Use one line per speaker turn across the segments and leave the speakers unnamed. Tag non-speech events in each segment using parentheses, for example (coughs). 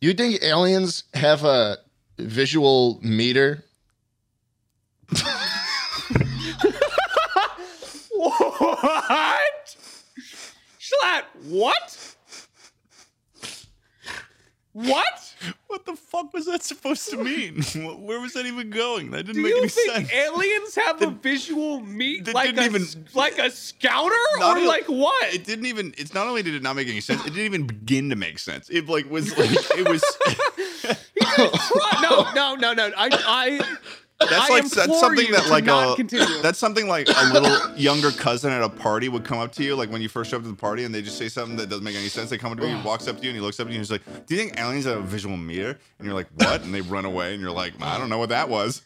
You think aliens have a visual meter?
What? Schlatt, what? What?
What the fuck was that supposed to
(laughs)
mean? Where was that even going? That
Do
didn't make
you
any
think
sense.
aliens have a visual meat
that
like a,
didn't even-
s- like a scouter
Not
or
even-
like what?
it didn't even. It's not only did it not make any sense. It didn't even begin to make sense. It
(laughs)
like was like it was.
no, no, no, no. I, I
That's
I
like
implore
that's something
you
that
to
like
not
a
continue.
that's something like a little younger cousin at a party would come up to you like when you first show up to the party and they just say something that doesn't make any sense. They come up to you, he walks up to you, and he looks up at you and he's like, "Do you think aliens have a visual meter?" And you're like, "What?" And they run away, and you're like, "I don't know what
(laughs)
that was."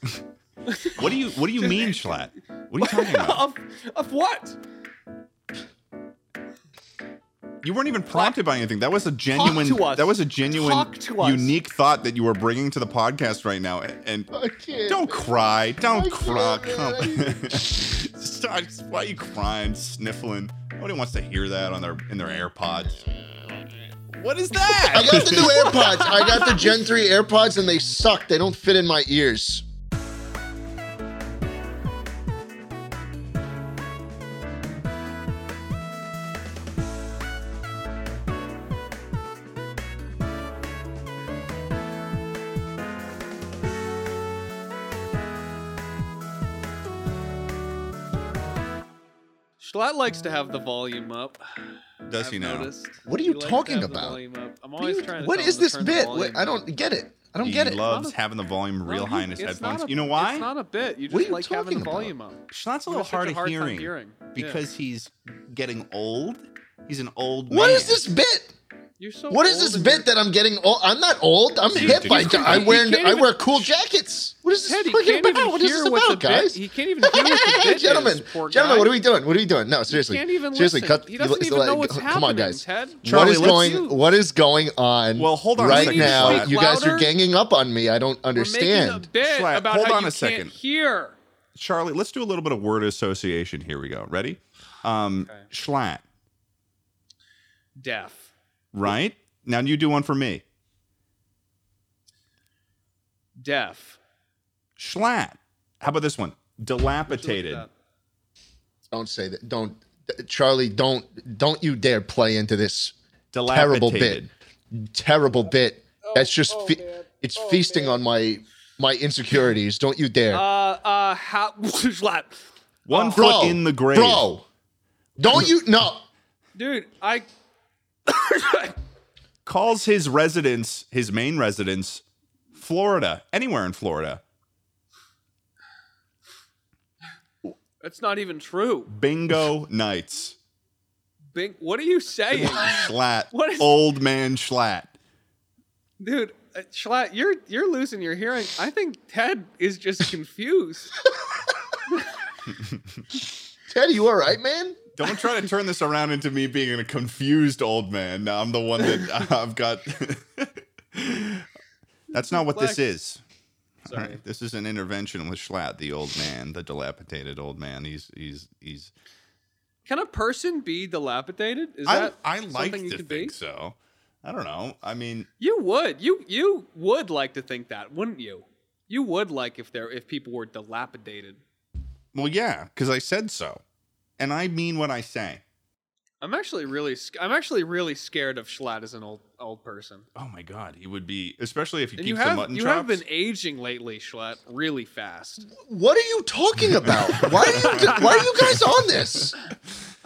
what do you What do you mean, Schlatt? What are you talking about?
of of what?
You weren't even prompted by anything. That was a genuine.
to us.
That was a genuine,
Talk to us.
unique thought that you were bringing to the podcast right now, and
I can't.
Don't cry. Don't
I
cry.
can't,
Come
man.
on. (laughs) Stop. Why are you crying, sniffling? Nobody wants to hear that on their in their AirPods. What is that?
I got the new AirPods. I got the Gen 3 AirPods and they suck. They don't fit in my ears.
Schlatt likes to have the volume up.
Does he
I've
now?
noticed.
What are you
He likes to
talking
have the
about?
volume up. I'm
What
always
is
trying to tell him to
this
turn the
bit?
volume
What- I don't get it. I don't
he
get it.
loves
Not a-
having the volume
No,
real
he-
high in his
it's not
headphones.
a-
you know
It's
why?
not a bit. You
What are
just
you
like having
talking
the volume up.
Schlatt's a
You
little
have such
hard
a
of
hard time
hearing,
hearing. Yeah.
because he's getting old. He's an old
What
man.
is this bit?
You're so
What is
old
this
and
bit that I'm getting old? I'm not old. I'm
Dude,
hip.
dude,
I,
you
I wear
can't
I
even-
wear cool jackets. What is this
Ted, he
fucking
can't
about?
even
What is
hear
this
what the
about,
bit-
guys?
He can't even hear
(laughs)
what the bit
gentlemen,
is, poor
gentlemen,
guy.
what are we doing? What are we doing? No,
He
seriously,
can't even
seriously,
listen.
cut.
He doesn't
let's
even
let-
know what's
come
happening.
on, guys.
Ted.
what
Charlie,
is
let's-
going? What is going on?
Well, hold on a
right
second,
now.
Schlatt.
You guys are
Louder?
ganging up on me. I don't
We're making a
understand.
bit
Schlatt,
about
hold
how
on
you
a second.
can't hear.
Charlie, let's do a little bit of word association. Here we go. Ready? Um,
Okay.
Schlatt,
Deaf.
right? Now you do one for me.
Deaf.
Schlatt. How about this one? Dilapidated.
Don't say that. Don't, Charlie. Don't. Don't you dare play into this
Dilapidated.
terrible bit. Terrible bit. That's just. fe- it's feasting on my my insecurities. Don't you dare.
Uh, uh, how, (laughs) Schlatt.
One
Oh. bro,
foot in the grave.
Bro, don't you no
Dude, I. (coughs)
Calls his residence, his main residence, Florida. Anywhere in Florida.
That's not even true.
(laughs)
Bingo
(laughs)
nights.
Bing, what are you
(laughs)
saying?
Schlatt.
What is-
Old man Schlatt.
Dude, uh, Schlatt, you're you're losing your hearing. I think Ted is just
(laughs)
confused.
Ted, you all right, man?
Don't try to turn this around into me being a confused old man. Now I'm the
(laughs)
one that I've got. (laughs) That's not what this
Flex.
is. All
Sorry.
right, This is an intervention with Schlatt, the old man, the dilapidated old man. He's he's he's.
Can a person be dilapidated? Is
I
that
I like
something you
to
could
think
be?
so. I don't know. I mean,
You would. You you would like to think that, wouldn't you? You would like if there if people were dilapidated.
well, yeah, because I said so, and I mean what I say.
I'm actually really sc- I'm actually really scared of Schlatt as an old old person.
Oh my God, he would be, especially if he
And
keeps
you
the
have
mutton
you
chops.
have been aging lately, Schlatt, really fast.
What are you
(laughs)
talking about? why are you why are you guys on this?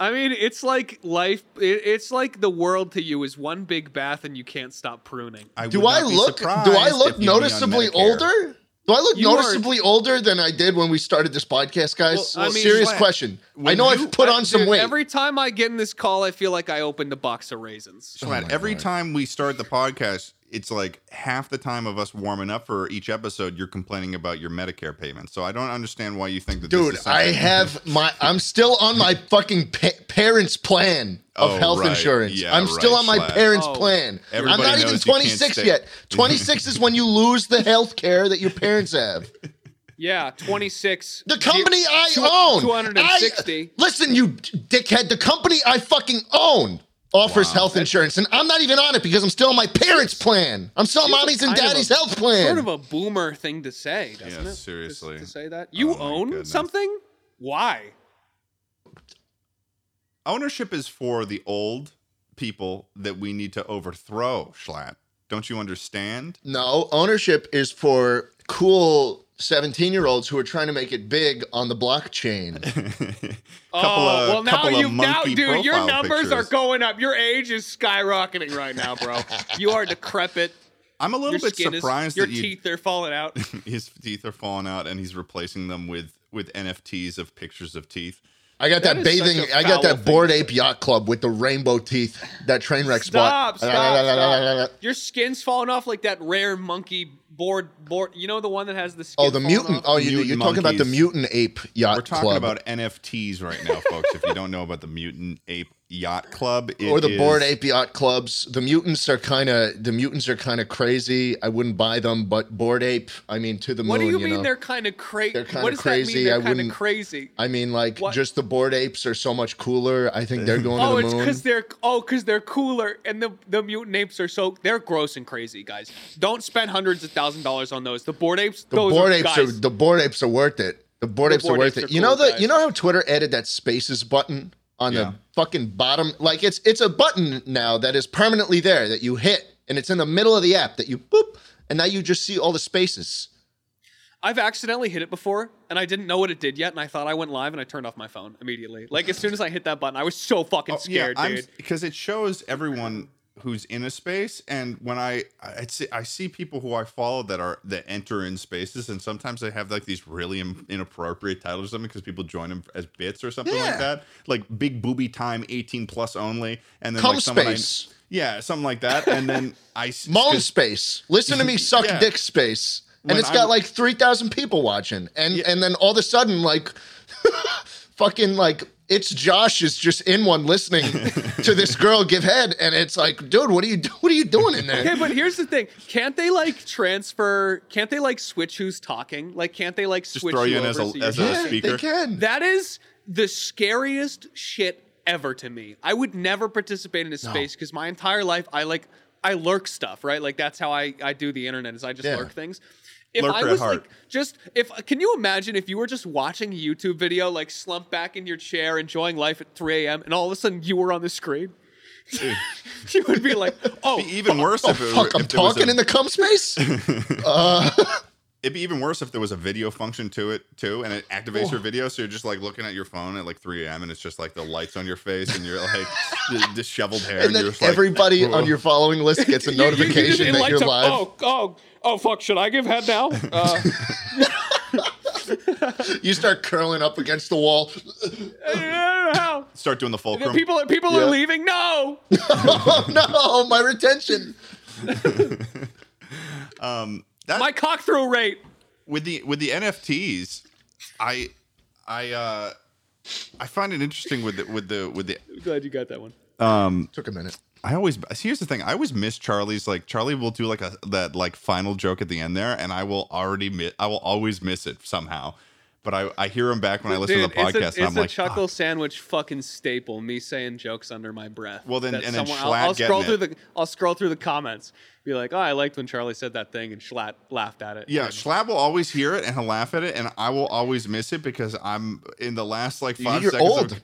I mean, it's like life. It, it's like the world to you is one big bath, and you can't stop pruning.
I
Do
would
I
not be
look do
surprised
I
if you'd
look
be on
noticeably
Medicare.
older? Do I look
You are-
noticeably older than I did when we started this podcast, guys?
Well, I mean,
Serious
Schlatt,
question. I
when
know
you-
I've put
I-
on some
dude,
weight.
Every time I get in this call, I feel like I opened a box of raisins.
Schlatt,
my
every
Lord.
time we start the podcast, it's like half the time of us warming up for each episode, you're complaining about your Medicare payment. So I don't understand why you think that this
Dude,
is
I
something- (laughs)
have my. I'm still on my fucking pa- parents' plan of
Oh,
health
right.
insurance.
Yeah,
I'm still
right,
on my
Schlatt.
parents'
Oh.
plan.
Everybody
I'm not
knows
even
you can't
26
stay- (laughs)
yet. 26 is when you lose the health care that your parents have.
Yeah, 26.
The company I
Two-
own.
260.
I- listen, you d- dickhead. The company I fucking own. offers
Wow.
health insurance, and I'm not even on it because I'm still on my parents' plan. I'm still on
Seems
mommy's and
kind of
daddy's
a-
health plan.
Sort of a boomer thing to say, doesn't
Yeah,
it? Just
seriously.
To say that you
Oh my
own
goodness.
something, why?
Ownership is for the old people that we need to overthrow, Schlatt. Don't you understand? (laughs)
No, ownership is for cool 17 year olds who are trying to make it big on the blockchain.
(laughs)
Couple
oh
of-
well, now
couple of
you now,
monkey
dude, your
profile
numbers are
pictures.
going up. Your age is skyrocketing right
(laughs)
now, bro. you are decrepit.
I'm a little
Your
bit
skin is.
surprised
Your
that you
teeth are falling out.
his teeth are falling out and he's replacing them with with NFTs of pictures of teeth.
I got that,
That is such
bathing,
a
I got
foul
that board ape yacht club with the rainbow teeth, that train wreck
Stop! Stop!
spot.
stop. Your skin's falling off like that rare monkey board board. You know the one that has the skin.
Oh, the
falling
mutant.
off?
Oh, you,
Mutant
you're talking about the
monkeys.
mutant ape yacht
We're talking
club.
about NFTs right now, folks. if you don't know about the Mutant Ape Yacht Club,
(laughs)
it
or the
is-
board ape yacht clubs. The mutants are kind of the mutants are kind of crazy. I wouldn't buy them, but board ape. I mean, to the
What do
moon.
you mean
know?
they're kind of crazy?
They're kinda
What does that
crazy,
mean? They're
I
kind of
wouldn't-
crazy.
I mean, like
What?
just the board apes are so much cooler. I
(laughs)
think they're going
Oh,
to
it's
the
because
moon.
they're oh, because they're cooler, and the the mutant apes are so they're gross and crazy, guys. Don't spend hundreds of thousand dollars on those. The board apes,
The
those
board
are,
apes
guys,
are the board apes are worth it. The board
The
apes
bored
are worth
apes
it.
are
you know
cool,
the
guys.
you know how Twitter added that spaces button on
Yeah.
the fucking bottom. Like it's it's a button now that is permanently there that you hit, and it's in the middle of the app that you boop, and now you just see all the spaces.
I've accidentally hit it before, and I didn't know what it did yet, and I thought I went live, and I turned off my phone immediately. Like as soon as I hit that button, I was so fucking scared, dude.
Because it shows everyone who's in a space, and when I I see, I see people who I follow that are that enter in spaces, and sometimes they have like these really im- inappropriate titles or something because people join them as bits or something like
Yeah.
that, like big booby time, eighteen plus only, and then
Cum
like someone I-
space.
yeah, something like that, and then
(laughs)
I s-
Moan
'cause-
space. Listen to me suck
(laughs) Yeah.
dick space. And
When
it's got
I-
like 3,000 people watching. And
Yeah.
and then all of a sudden like (laughs) fucking like it's Josh is just in one
(laughs)
listening to this girl give head and it's like dude, what are you (laughs) do- what are you doing in there?
Okay, but here's the thing: can't they like transfer? Can't they like switch who's talking? Like, can't they like switch
throw you in
over
as a-
so you're
as a
not-
yeah,
speaker.
they can.
That is the scariest shit ever to me. I would never participate in a space because my entire life I like I lurk stuff, right? Like that's how I I do the internet is I just
Yeah.
lurk things. If
Lurker
I
at
was
heart.
like just if can you imagine if you were just watching a YouTube video like slump back in your chair enjoying life at 3 a.m. and all of a sudden you were on the screen? (laughs) you would
(laughs)
be like, oh,
It'd be even worse if it were-
Fuck, I'm
if there was
talking
a-
in the
(laughs)
cum space?
It'd be even worse if there was a video function to it too, and it activates
Oh.
your video. So you're just like looking at your phone at like 3 a.m. and it's just like the lights on your face and you're
(laughs)
like d- disheveled hair.
and
you're
then
just like,
everybody on
"Whoa."
your following list gets a
(laughs)
You- you- you
e-, notification
didn't
that
like
you're
to-
live.
Oh, oh, oh, fuck! Should I give head now?
(laughs)
Uh, (laughs)
You start curling up against the wall. (laughs)
I don't know.
start doing the fulcrum.
People, people
Yeah.
are leaving. No,
oh no, my retention.
That-
my cock through rate.
with the with the NFTs, I I uh I find it interesting with the with the with the
Glad you got that one.
Took a minute.
I always see, here's the thing. I always miss Charlie's like Charlie will do like a that like final joke at the end there, and I will already miss I will always miss it somehow. But I, I hear him back when I listen to the podcast,
it's a, it's
and I'm
a
like, "Ah, "Fuck."
chuckle sandwich fucking staple. Me saying jokes under my breath.
Well, then-
That's
and then
someone-
Schlatt
I'll, I'll scroll
getting
through
it.
the I'll scroll through the comments. Be like, oh, I liked when Charlie said that thing, and Schlatt laughed at it.
Yeah,
And-
Schlab will always hear it and he'll laugh at it, and I will always miss it because I'm in the last like five
You're
seconds.
old.
Of,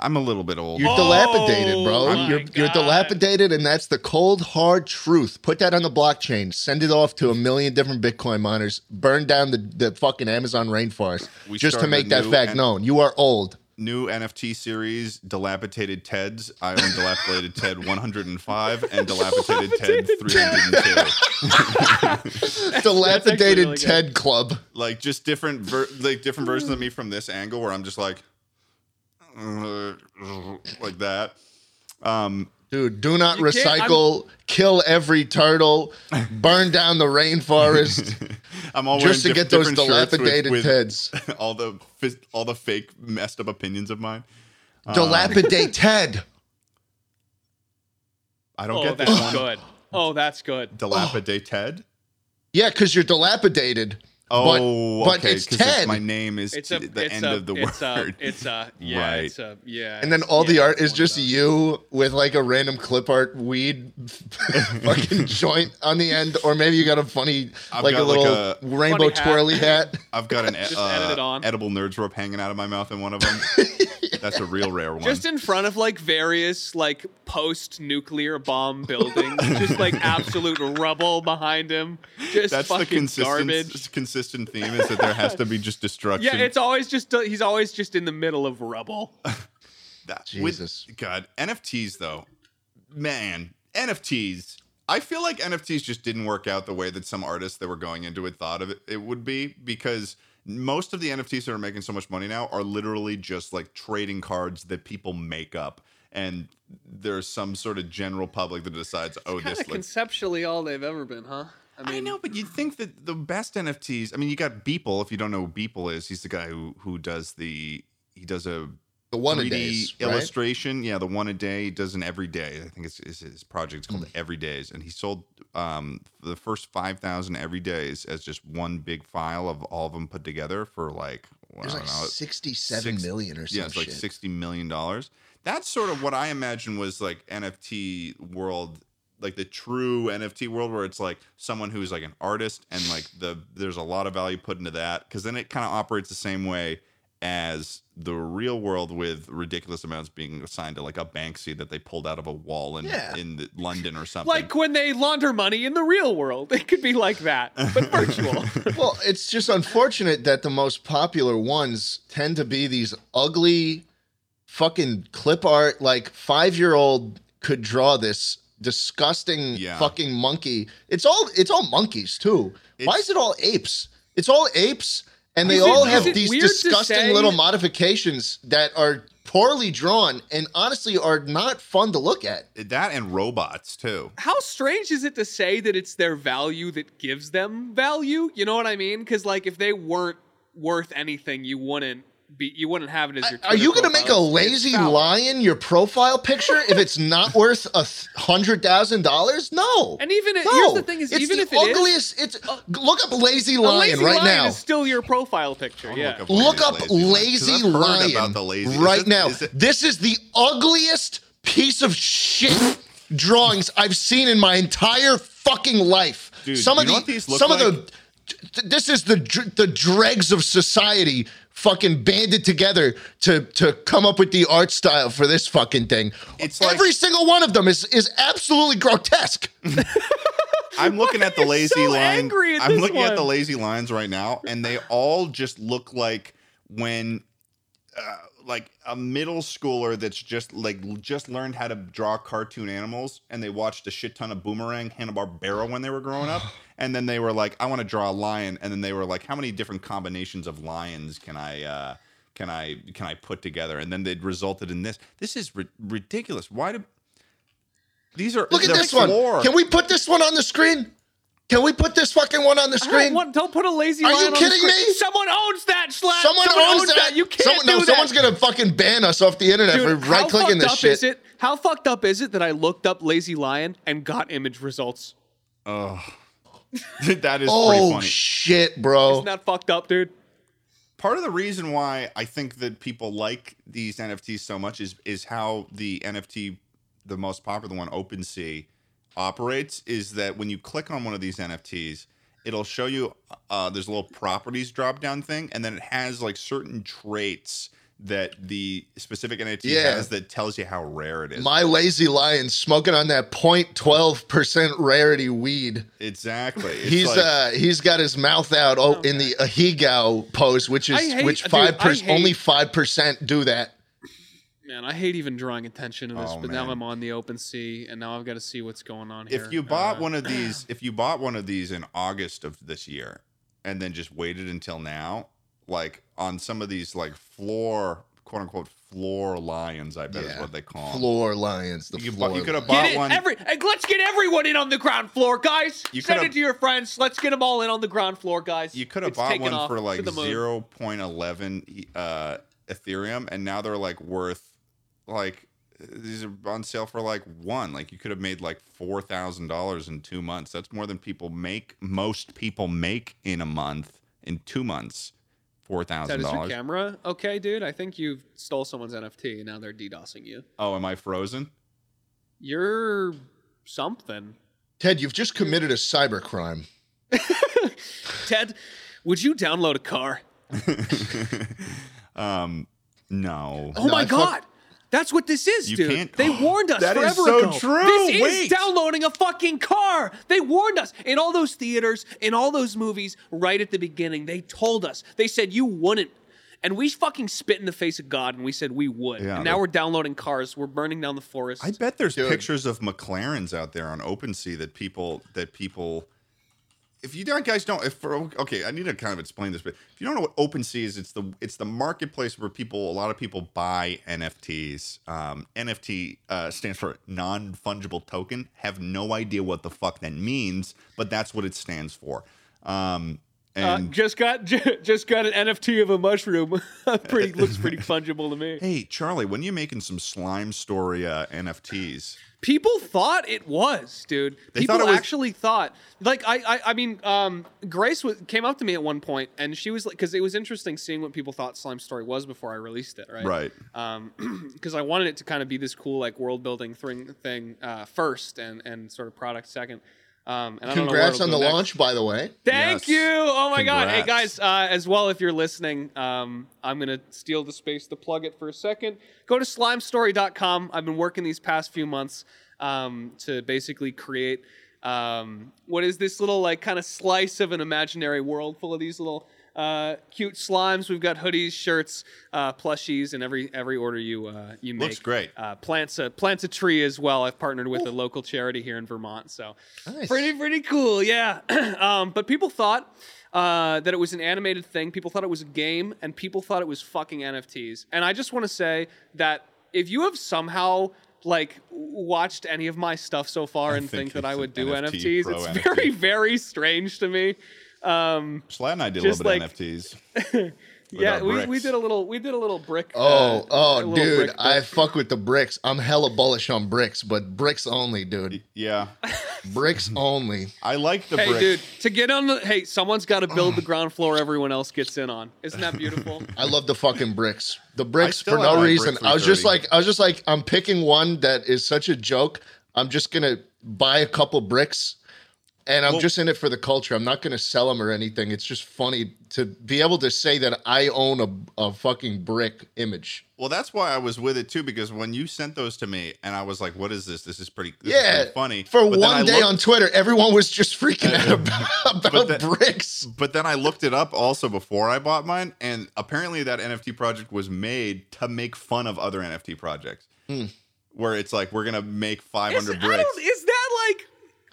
I'm a little bit old.
You're
Oh,
dilapidated, bro.
Oh
my
You're, you're
God.
dilapidated, and that's the cold, hard truth. Put that on the blockchain. Send it off to a million different Bitcoin miners. Burn down the, the fucking Amazon rainforest
We
just to
started
make
a
that
new
fact
and-
known. You are
(laughs)
old.
New NFT series, Dilapidated Teds. I own Dilapidated Ted 105 and
(laughs)
Dilapidated Ted 302.
Dilapidated
really good.
TED Club.
like just different, ver- like different versions of me from this angle, where I'm just like, (laughs) like that. Um, (laughs)
Dude, do not
You can't- I'm-
recycle, kill every turtle, burn down the rainforest
I'm all
just to
(laughs) wearing
get
diff-
those
different shirts with-
dilapidated
with
TEDs.
(laughs) all the fis- all the fake messed up opinions of mine. uh,
Dilapidate TED.
I don't
Oh,
get this (laughs)
that's
one.
good. Oh, that's
(gasps)
good.
Dilapidated.
Yeah, because you're dilapidated.
Oh,
but
okay.
it's
'cause it's-
Ted.
My name is
It's a,
t- the
it's
end
a,
of the
it's
word.
A, it's a, yeah,
Right.
it's a, yeah.
And then all the
yeah,
art
it's
is
one of
just
those.
you with like a random clip art
(laughs)
weed fucking joint on the end, or maybe you got a funny
I've
like a
got like
little
a-
rainbow
Funny hat.
twirly hat.
(laughs) I've got
(laughs)
an
Just
uh,
edit it on.
edible nerds rope hanging out of my mouth in one of
(laughs)
them. That's a real rare one.
Just in front of like various like post nuclear bomb buildings, just (laughs) like absolute rubble behind him. Just
That's the
fucking
consistent,
garbage.
consistent theme is that there has to be just
(laughs) Yeah,
destruction.
it's always just uh, he's always just in the middle
(laughs)
of rubble.
That-
Jesus.
With, God, NFTs though, man, NFTs. I feel like NFTs just didn't work out the way that some artists that were going into it thought of it, it would be because most of the NFTs that are making so much money now are literally just like trading cards that people make up, and there's some sort of general public that decides, oh,
Kind
this
of
like,
conceptually all they've ever been, huh? I
I
mean,
know, but you'd think that the best NFTs. I mean, you got Beeple. If you don't know who Beeple is, he's the guy who who does the he does a
The one
3D
of days, right?
illustration. Yeah, the one a day he does an every day. I think it's, it's his project. It's called
Mm.
Every Days, and he sold um, the first five thousand every days as just one big file of all of them put together for like well, I
There's
don't
like
know,
sixty-seven
six-
million or something.
yeah, it's like sixty million dollars. That's sort of what I imagine was like NFT world, like the true NFT world, where it's like someone who's like an artist and like the there's a lot of value put into that because then it kind of operates the same way as the real world with ridiculous amounts being assigned to like a Banksy that they pulled out of a wall in
Yeah.
in the, London or something.
like when they launder money in the real world, it could be like that, (laughs) but virtual.
well, it's just unfortunate that the most popular ones tend to be these ugly fucking clip art. Like five year old could draw this disgusting
Yeah.
fucking monkey. It's all it's all monkeys too. Why
It's-
is it all apes? It's all apes, and they
Is it-
all
is
have
it
these
weird to
disgusting
say-
little modifications that are poorly drawn and honestly are not fun to look at.
that and robots too.
how strange is it to say that it's their value that gives them value? You know what I mean? Because like if they weren't worth anything, you wouldn't be you wouldn't have it as your.
Are you
Twitter
going to make a
profile.
lazy
It's foul.
lion your profile picture if it's not worth a th- hundred thousand dollars? No.
And even if-
no.
here's the thing is,
it's
even
the
if it is- uh,
ugliest, it's look up lazy
A
lion
lazy
right
lion
now.
Is still your profile picture.
wanna
Yeah.
look up
look
Lazy
up lazy
Lion, 'cause I've heard
lion
about the lazy- is
right
it-
now.
is it-
this is the ugliest piece of shit drawings I've seen in my entire fucking life.
Dude,
some
you
of
know
the
what these look
some of the th- this is the dr- the dregs of society fucking banded together to to come up with the art style for this fucking thing.
It's like-
every single one of them is is absolutely grotesque.
I'm looking at the lazy
so
line.
angry at
I'm
this
looking at the
one?
lazy lines right now, and they all just look like when, uh, like a middle schooler that's just like l- just learned how to draw cartoon animals, and they watched a shit ton of Boomerang, Hanna Barbera when they were growing up, and then they were like, I want to draw a lion, and then they were like, How many different combinations of lions can I? Uh, can I can I put together and then they resulted in this. This is ri- ridiculous. Why do these are
Look at
they're
this one.
floored.
Can we put this one on the screen? Can we put this fucking one on the
I don't
screen?
want- don't put a lazy
Are
lion
you
on the
kidding
screen.
me?
Someone owns that slap.
Someone, owns, that.
You can't
Someone-
do
no,
that.
someone's gonna fucking ban us off the internet
Dude,
for
how
right clicking
fucked
this
up
shit.
is it? How fucked up is it that I looked up lazy lion and got image results?
Oh, (laughs) that is pretty
Oh
funny.
shit, bro!
Isn't that fucked up, dude?
Part of the reason why I think that people like these NFTs so much is is how the NFT, the most popular one, OpenSea, operates. Is that when you click on one of these NFTs, it'll show you uh, there's a little properties drop down thing, and then it has like certain traits that the specific NFT
Yeah.
has that tells you how rare it is.
My lazy lion smoking on that 0.12 percent rarity weed.
exactly. It's
He's
like-
uh he's got his mouth out oh in the ahigao pose, which is
I hate-
which
dude,
five
I
percent
hate-
only five percent do that.
Man, I hate even drawing attention to this,
Oh,
but
man.
now I'm on the open sea, and now I've got to see what's going on here.
if you bought
Uh, (clears throat)
one of these if you bought one of these in august of this year and then just waited until now like on some of these like floor quote unquote floor lions i bet is
Yeah.
what they call 'em.
Floor lions, the
you,
floor.
bought, you could have
lions.
Get
bought
it,
one
every, hey, let's get everyone in on the ground floor, guys.
You
Send
could've-
it to your friends. Let's get them all in on the ground floor, guys.
you could have
It's
bought
taken
one
off
for
to
like
the moon.
0.11 uh ethereum and now they're like worth like these are on sale for like one like you could have made like four thousand dollars in two months that's more than people make most people make in a month in two months, four
That
thousand
is your
dollars.
camera? Okay, dude. I think you stole someone's NFT and now they're DDoSing you.
Oh, am I frozen?
You're something.
Ted, you've just committed a cybercrime.
Ted, would you download a car?
um, no.
Oh my
I
god.
fuck-
That's what this is,
You
dude.
can't- (gasps)
They warned us
That
forever
is so
ago.
true.
This is
Wait.
downloading a fucking car. They warned us in all those theaters, in all those movies, right at the beginning. They told us. They said you wouldn't. And we fucking spit in the face of God and we said we would.
Yeah.
and now we're downloading cars. We're burning down the forest.
I bet there's
Dude.
pictures of McLarens out there on OpenSea that people that people. If you don't, guys don't. If for, okay, I need to kind of explain this, but if you don't know what OpenSea is, it's the it's the marketplace where people a lot of people buy NFTs. Um, NFT uh, stands for non fungible token. Have no idea what the fuck that means, but that's what it stands for. Um,
Uh,
and
just got (laughs) just got an NFT of a mushroom. (laughs)
(laughs)
pretty looks pretty fungible to me.
hey, Charlie, when you making some slime story uh, NFTs?
People thought it was, dude.
They
People
thought it was-
actually thought. Like I, I, I mean, um, Grace was, came up to me at one point, and she was like, because it was interesting seeing what people thought Slime Story was before I released it, right?
Right.
(clears throat) because I wanted it to kind of be this cool like world building thing thing uh, first, and and sort of product second. Um, and I don't know where
Congrats
it'll
on
go
the
next.
launch, by the way.
Thank
Yes.
you. Oh my god. Hey
Congrats.
guys, uh, as well if you're listening, um, I'm gonna steal the space to plug it for a second. Go to slimestory.com. I've been working these past few months um, to basically create um, what is this little like kind of slice of an imaginary world full of these little uh, cute slimes. We've got hoodies, shirts, uh, plushies, and every every order you uh, you make.
Looks great.
Uh, plants a plants a tree as well. I've partnered with a local charity here in Vermont, so
Nice.
pretty pretty cool yeah (clears throat) um, but people thought uh, that it was an animated thing people thought it was a game and people thought it was fucking nfts and i just want to say that if you have somehow like w- watched any of my stuff so far and think,
think
that
it's
i would do
an NFT
nfts
pro
it's
NFT.
very very strange to me um,
Slat and I did a
Just
little bit
like-
of NFTs. With
yeah
our
we, we
bricks.
did a little we did a little brick uh,
Oh,
a
oh,
little
dude,
brick
I
thing.
fuck with the bricks. I'm hella bullish on bricks, but bricks only, dude.
Yeah, (laughs)
Bricks only.
(laughs)
I like the
Hey,
brick.
dude! To get on the hey, someone's got to build the ground floor. Everyone else gets in on. Isn't that beautiful?
I love the fucking bricks. The bricks for
still
no
have my brick
reason. I was just
330.
like, I was just like, I'm picking one that is such a joke. I'm just gonna buy a couple bricks, and I'm just in it for the culture. I'm not gonna sell them or anything. It's just funny to be able to say that I own a a fucking brick image.
Well, that's why I was with it too, because when you sent those to me, and I was like, "What is this? This is pretty, this is
yeah,
pretty funny."
For
But then I
one day
looked-
on Twitter, everyone was just
(laughs)
freaking out about, about
that-
bricks.
but then I looked it up also before I bought mine, and apparently that NFT project was made to make fun of other NFT projects,
Hmm.
where it's like we're gonna make 500
Is- I
bricks.
don't- Is that like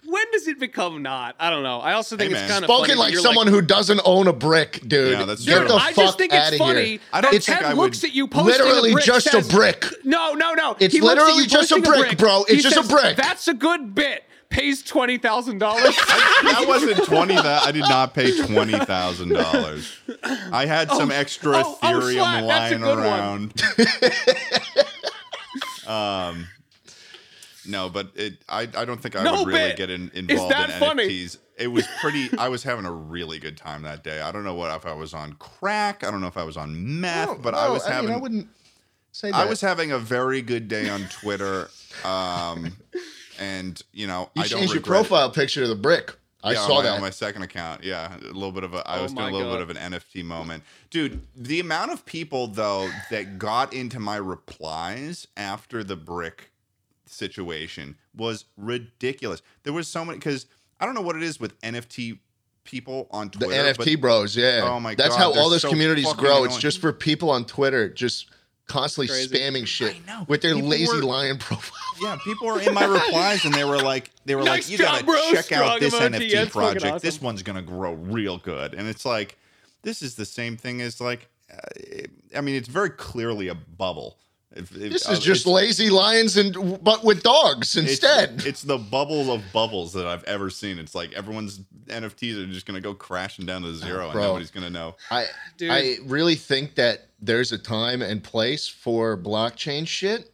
when does it become not? I don't know. I also think
Hey,
it's
man.
kind of
Spoken like someone who doesn't own a brick, dude.
Yeah, that's
Get
true.
the
I just
fuck
think
outta
it's
here.
funny.
I don't
that
think
Ted
I
looks
would-
at you posting
Literally
a brick,
just
says,
a brick.
No, no, no.
It's
He looks at
literally
you
just a
posting
brick, bro. It's
He
just a
says,
brick.
That's a good bit. Pays twenty thousand dollars.
I wasn't twenty. That I did not pay twenty thousand dollars. I had some extra
oh, oh,
Ethereum
Slat, that's a
lying
good one.
around. (laughs) um, no, but it. I, I don't think I
No
would really
bit.
get in, involved
that
in
funny?
NFTs. It was pretty. I was having a really good time that day. I don't know what if I was on crack. I don't know if I was on meth, but I
No,
was having.
I, mean, I wouldn't say that.
I was having a very good day on Twitter. Um, and you know,
you
I don't
changed your
regret it.
profile picture to the brick. I
Yeah, on
saw
my-
that.
on my second account. Yeah, a little bit of a. I
Oh
was doing
my
a little
God.
bit of an NFT moment, dude. The amount of people though that got into my replies after the brick situation was ridiculous. There was so many because I don't know what it is with NFT people on
the
Twitter. but-
NFT bros, yeah.
Oh my
That's
God,
how
they're
all those
so
communities
fucking
grow. It's
annoying.
just for people on Twitter just constantly
Crazy.
spamming shit
I know.
with their
People
lazy
were-
lion (laughs) profile.
Yeah, people were in my replies and they were like, they were
Nice
like, you
job,
gotta
bro.
check
Strong
out this
emoji.
NFT
Yeah, it's fucking
project. This
awesome."
one's gonna grow real good. And it's like, this is the same thing as like, uh, I mean, it's very clearly a bubble. If, if-
This
uh,
is just
it's-
lazy lions and but with dogs
it's-
instead.
it's, the bubble of bubbles that I've ever seen. It's like everyone's NFTs are just gonna go crashing down to zero, and
Ah, bro.
nobody's gonna know.
I
Dude.
I really think that there's a time and place for blockchain shit.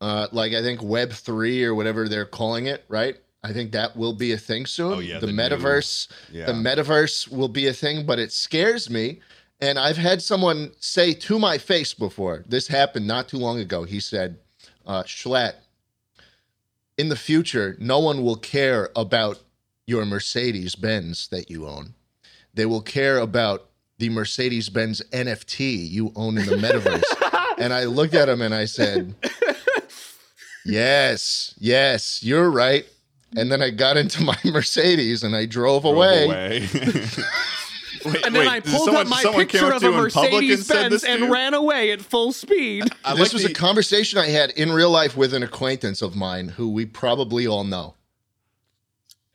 Uh, like I think Web three or whatever they're calling it, right? I think that will be a thing soon.
Oh, yeah,
the
the new-
metaverse,
yeah.
the metaverse will be a thing, but it scares me. And I've had someone say to my face before. This happened not too long ago. He said, uh, "Schlatt, in the future, no one will care about your Mercedes Benz that you own. They will care about the Mercedes Benz NFT you own in the
(laughs)
metaverse. and I looked at him and I said, Yes, yes, you're right. And then I got into my (laughs) Mercedes and I drove away.
(laughs)
(laughs)
Wait,
And then
wait,
I
did
pulled
someone-
up my
someone came
picture of
to
a
you in public
Mercedes
said this
Benz
to
and
you?
ran away at full speed.
I like
this was
the-
a conversation I had in real life with an acquaintance of mine who we probably all know.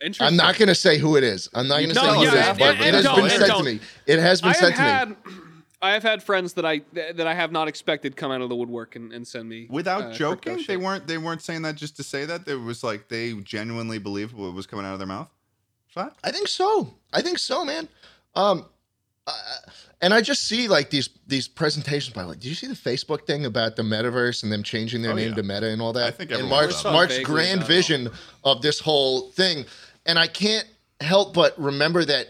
Interesting.
I'm not going to say who it is. I'm not going to
No,
say who
yeah,
it is,
and-
but
and-
it
and
has
don't,
been
and
said to
don't.
me. It has been
I
said
have
to me.
had (clears throat) I have had friends that I that I have not expected come out of the woodwork and, and send me
without
uh, crypto
joking. They
shit.
weren't. They weren't saying that just to say that. It was like they genuinely believed what was coming out of their mouth. What?
I think so. I think so, man. Um, uh, and I just see like these these presentations by like, do you see the Facebook thing about the metaverse and them changing their
Oh,
name
yeah.
to Meta and all that?
I think
and
everyone
Mark's
saw that.
Mark's
Vaguely
grand
about it.
vision of this whole thing, and I can't help but remember that.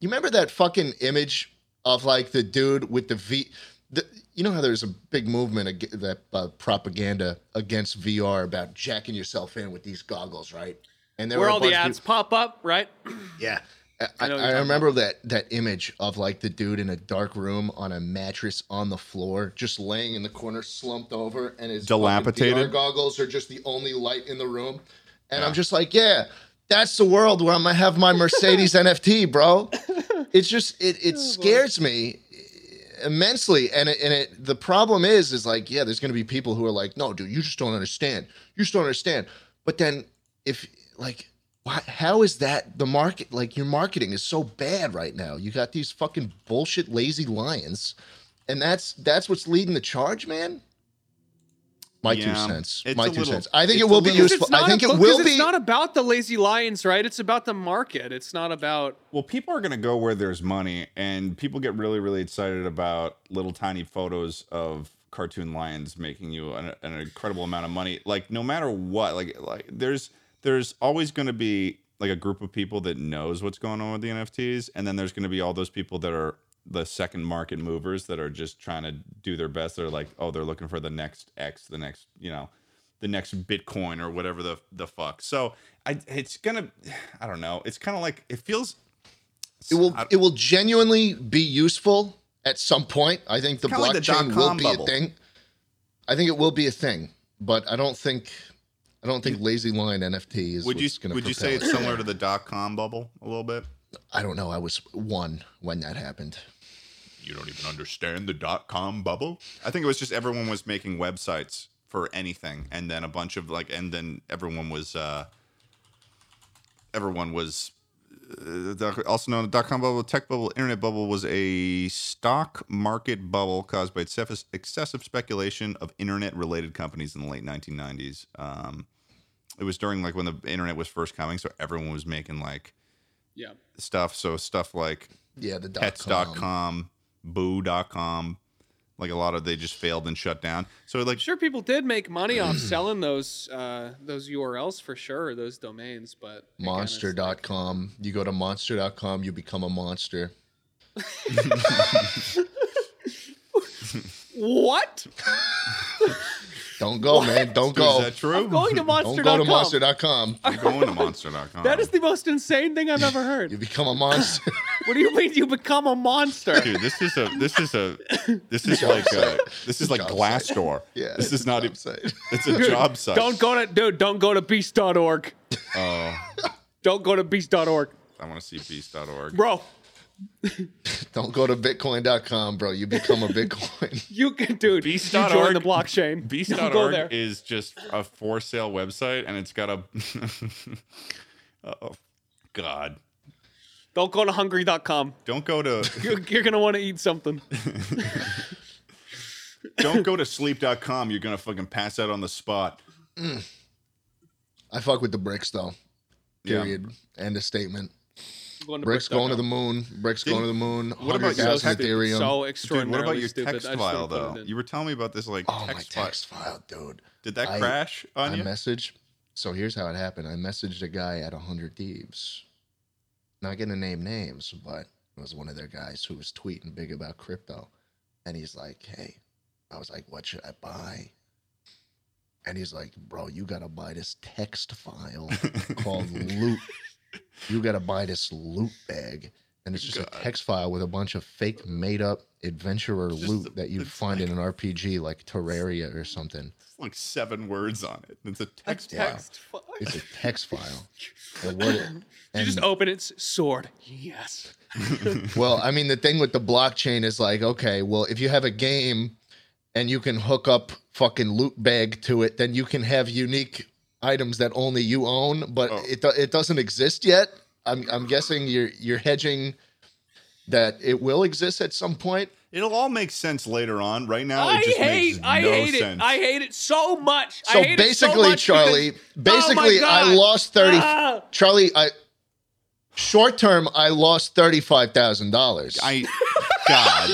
You remember that fucking image of like the dude with the V. The, you know how there's a big movement ag- that uh, propaganda against VR about jacking yourself in with these goggles, right? And there
where
were a
all the
bunch of people-
ads pop up, right?
yeah. I,
I know what you're
I
talking
remember that that image of like the dude in a dark room on a mattress on the floor, just laying in the corner, slumped over, and his fucking
Dilapidated.
VR goggles are just the only light in the room. And I'm just like, yeah, that's the world where I'm gonna have my Mercedes
(laughs)
NFT, bro. It's just it
Oh,
it scares me immensely and it, and it the problem is is like yeah there's going to be people who are like no dude you just don't understand you just don't understand but then if like why, how is that the market like your marketing is so bad right now you got these fucking bullshit lazy lions and that's that's what's leading the charge man my two
Yeah.
cents
It's
my
a
two
little-
cents i think
it's
it
a
will be
little-
Because
useful
it's
i
not
think
ab-
it
because
will
It's
be
not about the lazy lions, right? It's about the market. It's not about
Well, people are going to go where there's money, and people get really, really excited about little tiny photos of cartoon lions making you an, an incredible amount of money. Like no matter what, like like there's there's always going to be like a group of people that knows what's going on with the NFTs, and then there's going to be all those people that are the second market movers that are just trying to do their best. They're like, oh, they're looking for the next X, the next, you know, the next Bitcoin or whatever the the fuck. So I, it's gonna, (sighs) I don't know. It's kind of like it feels.
it will
I-
it will genuinely be useful at some point. I think the
kinda like the
blockchain will
dot-com
be
bubble.
a thing. I think it will be a thing, but I don't think I don't think lazy line NFT is
would you
what's going
would you say it's similar to the dot com bubble a little bit?
I don't know. I was one when that happened.
You don't even understand the dot com bubble. I think it was just everyone was making websites for anything, and then a bunch of like, and then everyone was uh, everyone was uh, doc- also known as dot com bubble, tech bubble, internet bubble was a stock market bubble caused by excess- excessive speculation of internet related companies in the late 1990s. Um, it was during like when the internet was first coming, so everyone was making like
yeah.
stuff. So stuff like
Yeah, the dot com.
pets.com, boo.com, like a lot of they just failed and shut down. So like
Sure, people did make
(clears throat)
money off selling those uh, those URLs for sure, those domains, but again, it's like-
Monster.com. You go to monster.com, you become a monster.
What?
Don't go, man. Don't
dude,
go.
is that true?
I'm going
(laughs)
to
Don't
monster.com.
go to monster.com.
I'm
(laughs)
going to monster.com.
That is the most insane thing I've ever
You
heard.
become a
(laughs)
monster.
what do you mean you become
(laughs)
a monster?
Dude, this is a this is (coughs) a this is like a, this is like
Job
Glassdoor.
Yeah,
this is not even
website.
it's a job site.
Don't go to dude, don't go to beast.org.
Oh,
Don't go to beast.org.
I want to see beast.org.
Bro,
(laughs) Don't go to bitcoin.com, bro. You become a bitcoin. (laughs)
you can dude,
Beast.org
you join the
(laughs)
blockchain. Don't go there.
Beast.org is just a for sale website, and it's got a. (laughs) oh, God!
Don't go to hungry.com.
Don't go to
You're, you're going to want to eat something.
don't go to sleep.com. You're gonna fucking pass out on the spot.
I fuck with the bricks though.
Yeah.
Period. End of statement.
(laughs) Going to
Bricks going to
brick.com.
the moon. Bricks
Did-
going to the moon.
what about your
100,000
tech-
Ethereum.
So
Dude, what
extraordinarily
about your
stupid.
text
I just
file
didn't put it
though?
in.
You were telling me about this like
oh my
text, file.
text file, dude.
Did that
I-
crash on
I
you?
message. So here's how it happened. I messaged a guy at 100 Thieves. Not going to name names, but it was one of their guys who was tweeting big about crypto. And he's like, hey, I was like, what should I buy? And he's like, bro, you got to buy this text
(laughs)
file called loot. You got to buy this loot bag. And it's just
God.
a text file with a bunch of fake made up adventurer
Just
loot
the-
that you'd
it's
find in an RPG like Terraria or something.
It's like seven words on it. It's a
A
text. file.
text. Fuck.
It's a
(laughs)
text file. The word-
you just
and-
open it. Sword. Yes.
Well, I mean, the thing with the blockchain is like, okay, well, if you have a game and you can hook up fucking loot bag to it, then you can have unique items that only you own, but
Oh.
it do- it doesn't exist yet. I'm I'm guessing you're you're hedging that it will exist at some point.
It'll all make sense later on. Right now,
I
it just
hate.
makes
I
no
hate
sense.
it. I hate it so much. I
So
hate it so
basically,
much
Charlie,
because- Oh
basically,
my
I
God.
lost thirty.
Ah!
Charlie, I short term, I lost thirty five thousand dollars.
I
(laughs)
God.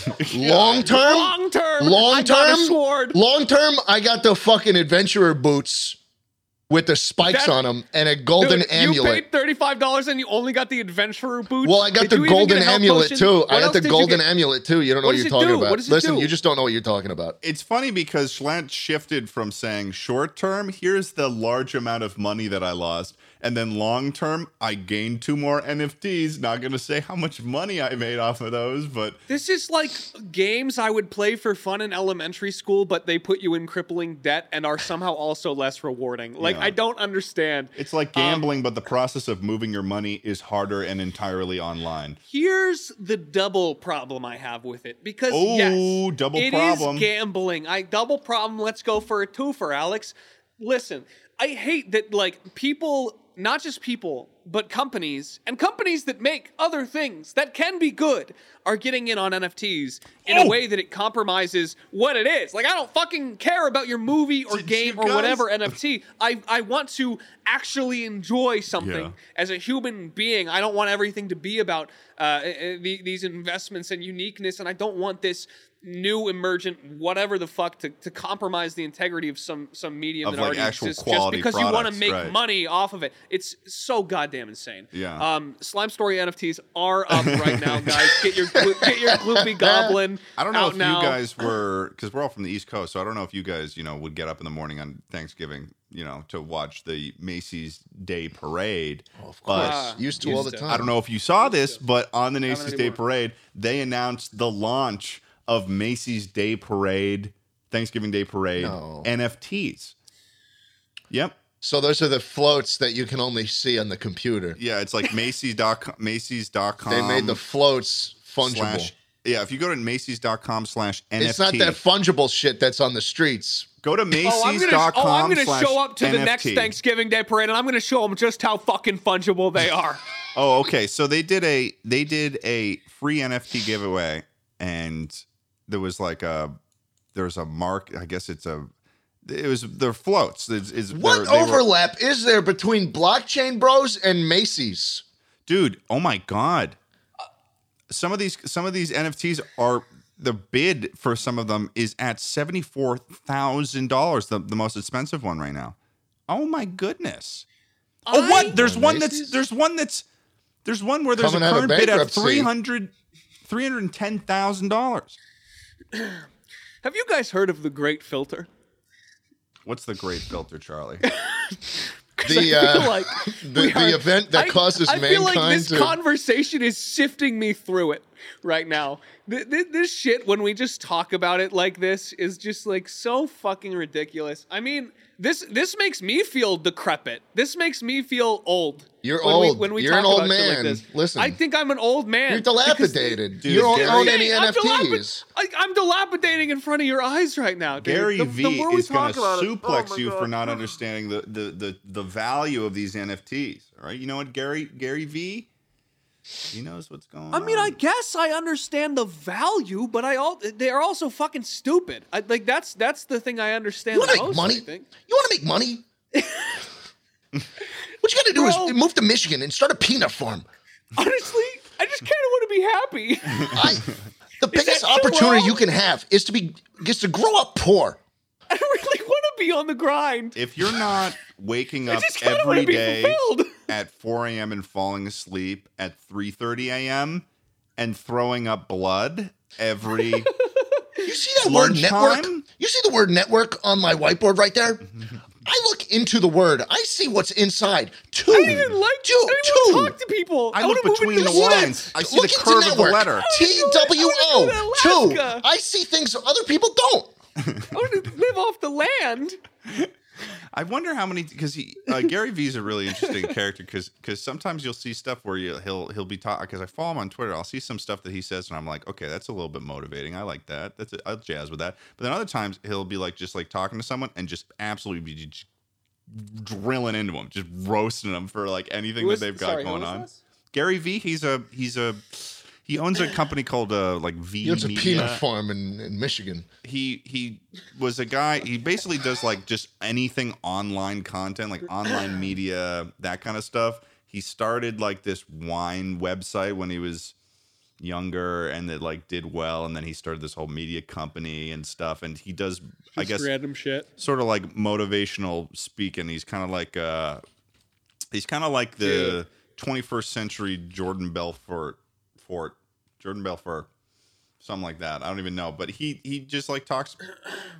(laughs)
Long term,
long term.
Long
I got a
term?
Sword.
Long term, I got the fucking adventurer boots with the spikes
That-
on 'em on them and a golden
Dude, You
amulet.
paid thirty-five dollars and you only got the adventurer boots.
Well, I got
Did you
the
even
golden
get a health
amulet
potion?
too. I
What
got
else
the
did you
golden
get?
amulet too. You don't know what,
What does
you're
it
talking
do?
about.
What does it
Listen,
do?
you just don't know what you're talking about.
it's funny because Schlant shifted from saying short term, here's the large amount of money that I lost, and then long term, I gained two more NFTs. Not gonna say how much money I made off of those, but
This is like games I would play for fun in elementary school, but they put you in crippling debt and are somehow also less rewarding. Like
Yeah.
I don't understand.
it's like gambling, but the process of moving your money is harder and entirely online.
Here's the double problem I have with it because
Oh,
yes,
double
it is
problem.
gambling. I double problem. Let's go for a twofer, Alex. Listen, I hate that like people, not just people, but companies and companies that make other things that can be good are getting in on NFTs in
Oh.
a way that it compromises what it is. Like I don't fucking care about your movie or
Did
game
you
or
guys-
whatever NFT. I I want to actually enjoy something
Yeah.
as a human being, I don't want everything to be about uh, uh, the, these investments and uniqueness, and I don't want this new emergent whatever the fuck to, to compromise the integrity of some some medium
Of,
that
like,
already
actual
exists just
quality
because you want to
products,
make
right.
money off of it. It's so goddamn insane.
Yeah.
Um, Slime Story NFTs are up right now, guys. Get your glo- get
(laughs)
your gloopy goblin.
I don't know
out
if
now.
you guys were because we're all from the East Coast, so I don't know if you guys, you know, would get up in the morning on Thanksgiving, you know, to watch the Macy's Day Parade.
Oh, Of
But-
course, used to all the
Ah, used to.
time.
I don't know if you saw this, but on the Macy's Day
anymore.
Parade, they announced the launch of Macy's Day Parade, Thanksgiving Day Parade
No.
NFTs. Yep.
So those are the floats that you can only see on the computer.
Yeah, it's like Macy's.com. Macy's.com.
They made the floats fungible.
Um, slash, Yeah, if you go to Macy's.com slash NFT,
it's not that fungible shit that's on the streets.
go to Macy's.com
Oh, I'm gonna, oh, I'm gonna
slash
show up to the next
NFT.
Thanksgiving Day parade, and I'm gonna show them just how fucking fungible they are.
Oh, okay. So they did a they did a free NFT giveaway, and there was like a there's a mark. I guess it's a it was their floats. It's, it's
What
they're- they were-
overlap is there between blockchain bros and Macy's?
dude? Oh my god! Some of these some of these NFTs are the bid for some of them is at seventy four thousand dollars. The the most expensive one right now. Oh my goodness. (laughs) Oh
I-
what? There's
On
one that's
Macy's?
there's one that's there's one where there's
Coming
a
out of
current bid of
bankruptcy.
300 $310,000.
Have you guys heard of the Great Filter?
What's the great filter, Charlie?
(laughs) 'Cause
The,
I feel
(laughs) uh,
like
the-
we
the event that
I-
causes
I feel like
mankind
this
to-
conversation is sifting me through it right now. Th- th- this shit, when we just talk about it like this, is just like so fucking ridiculous. I mean, this this makes me feel decrepit. This makes me feel old.
You're
when
old. You're an old
shit
man. Listen.
I think I'm an old man.
You're
because-
dilapidated.
Dude,
you don't
Gary-
own any
I'm dilapid-
NFTs.
I, am dilapidating in front of your eyes right now, dude.
Gary
the,
V
the more we
is going
talk
to
about it-
suplex
oh my
you for
God. (laughs)
not understanding the, the the the value of these NFTs. All right, you know what, Gary Gary V, he knows what's going
I
on.
mean, I guess I understand the value, but I all they are also fucking stupid. I, like that's that's the thing I understand
You want
the
to make
most.
money?
I think.
You want to make
(laughs)
money? what you got to do
Bro.
is move to Michigan and start a peanut farm.
Honestly, I just kind of want to be happy. (laughs)
I,
(laughs)
the biggest
that too
opportunity
wrong?
you can have is to be is to grow up poor.
I don't really want to be on the grind.
if you're not waking
(laughs) I
up
just kind of want
every
to be
day
fulfilled.
at 4 a.m. and falling asleep at 3:30 a.m. and throwing up blood
(laughs)
every
You see that word network?
Lunchtime?
You see the word network on my whiteboard right
(laughs)
there? I look into the word. I see what's inside. Two.
I don't even like
two.
I
two.
don't even talk to people.
I
I want
look
to move
between
into
the
the woods.
lines. I see the
into
curve of the
network.
letter.
T W O.
I wanna go to
Two.
Alaska.
I see things other people don't.
I want to live off the land.
I wonder how many because he uh, Gary Vee's a really interesting character because because sometimes you'll see stuff where you, he'll he'll be talking because I follow him on Twitter. I'll see some stuff that he says and I'm like, okay, that's a little bit motivating. I like that. That's a, I'll jazz with that. But then other times he'll be like just like talking to someone and just absolutely be just drilling into them, just roasting them for like anything
Who is-
that they've got
sorry, who
going
is
on.
this?
Gary Vee, he's a he's a he owns a company called uh, like V
You know, it's a peanut
Media
farm in, in Michigan.
he he was a guy he basically does like just anything online content like online media that kind of stuff he started like this wine website when he was younger and it like did well and then he started this whole media company and stuff and he does i
Just
guess
random shit.
sort of like motivational speak and he's kind of like uh he's kind of like the 21st century jordan belfort fort jordan belfort something like that i don't even know but he he just like talks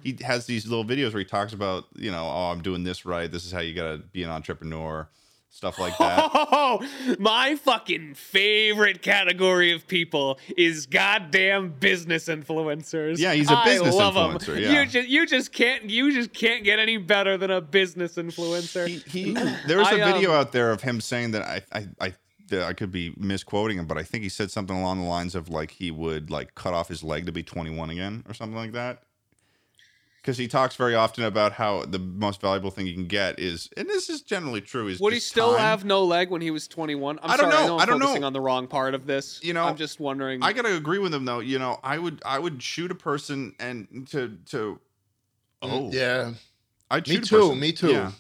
he has these little videos where he talks about you know oh i'm doing this right this is how you gotta be an entrepreneur stuff like that
Oh, my fucking favorite category of people is goddamn business influencers.
Yeah, he's a business
I love 'em.
influencer, yeah.
you just you just can't you just can't get any better than a business influencer.
he,
(clears throat)
he there was a
I, um,
video out there of him saying that I I I that I could be misquoting him, but I think he said something along the lines of like he would like cut off his leg to be 21 again or something like that. Because he talks very often about how the most valuable thing you can get is, and this is generally true, is
Would he
just
still
time.
have no leg when he was 21? I'm
I don't
sorry, I
know.
know I'm
I don't
focusing
know.
on the wrong part of this.
You know,
I'm just wondering.
I gotta agree with him though. You know, I would I would shoot a person and to to oh
Mm, Yeah.
I'd
Me
shoot a
too,
person.
me too.
Yeah.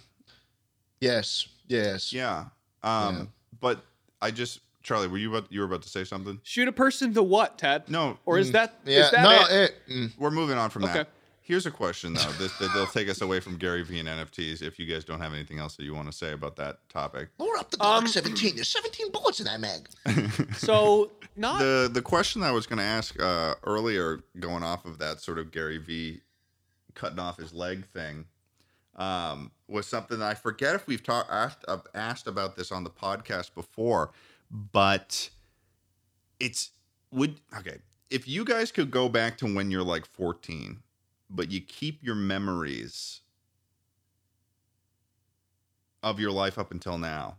Yes. Yes.
yeah. Um,
Yeah.
but I just Charlie, were you about you were about to say something?
Shoot a person to what, Ted?
No,
Or is that is
Mm. Yeah.
that
no.
it?
It, mm.
we're moving on from that.
Okay.
Here's a question though that, that they'll take us away from Gary Vee and NFTs. If you guys don't have anything else that you want to say about that topic,
Load up the Glock
Um,
17. There's 17 bullets in that mag.
So not
(laughs) the the question I was going to ask uh, earlier, going off of that sort of Gary Vee cutting off his leg thing, um, was something that I forget if we've talked asked, uh, asked about this on the podcast before, but it's would okay if you guys could go back to when you're like 14, but you keep your memories of your life up until now.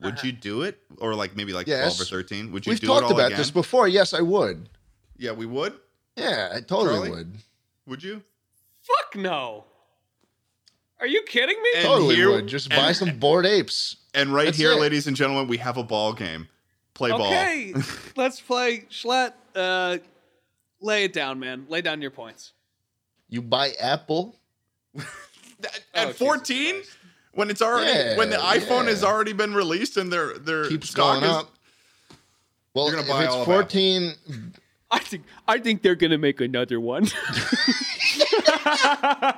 Would you do it, or like maybe like twelve or
Yes.
thirteen? Would you
We've
do it
talked
all
about
again?
this before. Yes, I would.
Yeah, we would.
Yeah, I totally
Charlie?
would.
Would you?
fuck no. Are you kidding me?
And
Totally
here-
would. Just buy
and- (laughs)
some bored apes.
And right
That's
here,
it.
ladies and gentlemen, we have a ball game. Play
(laughs)
ball.
Okay, let's play Schlatt. Uh, lay it down, man. Lay down your points.
You buy Apple.
At-
Oh,
At
Jesus
14,
Christ.
when it's already
Yeah,
when the iPhone has
yeah.
already been released and their their
Keeps
stock
going
is-
up. Well,
You're gonna
if
buy all
it's
of
14,
I think I think they're gonna make another one. (laughs)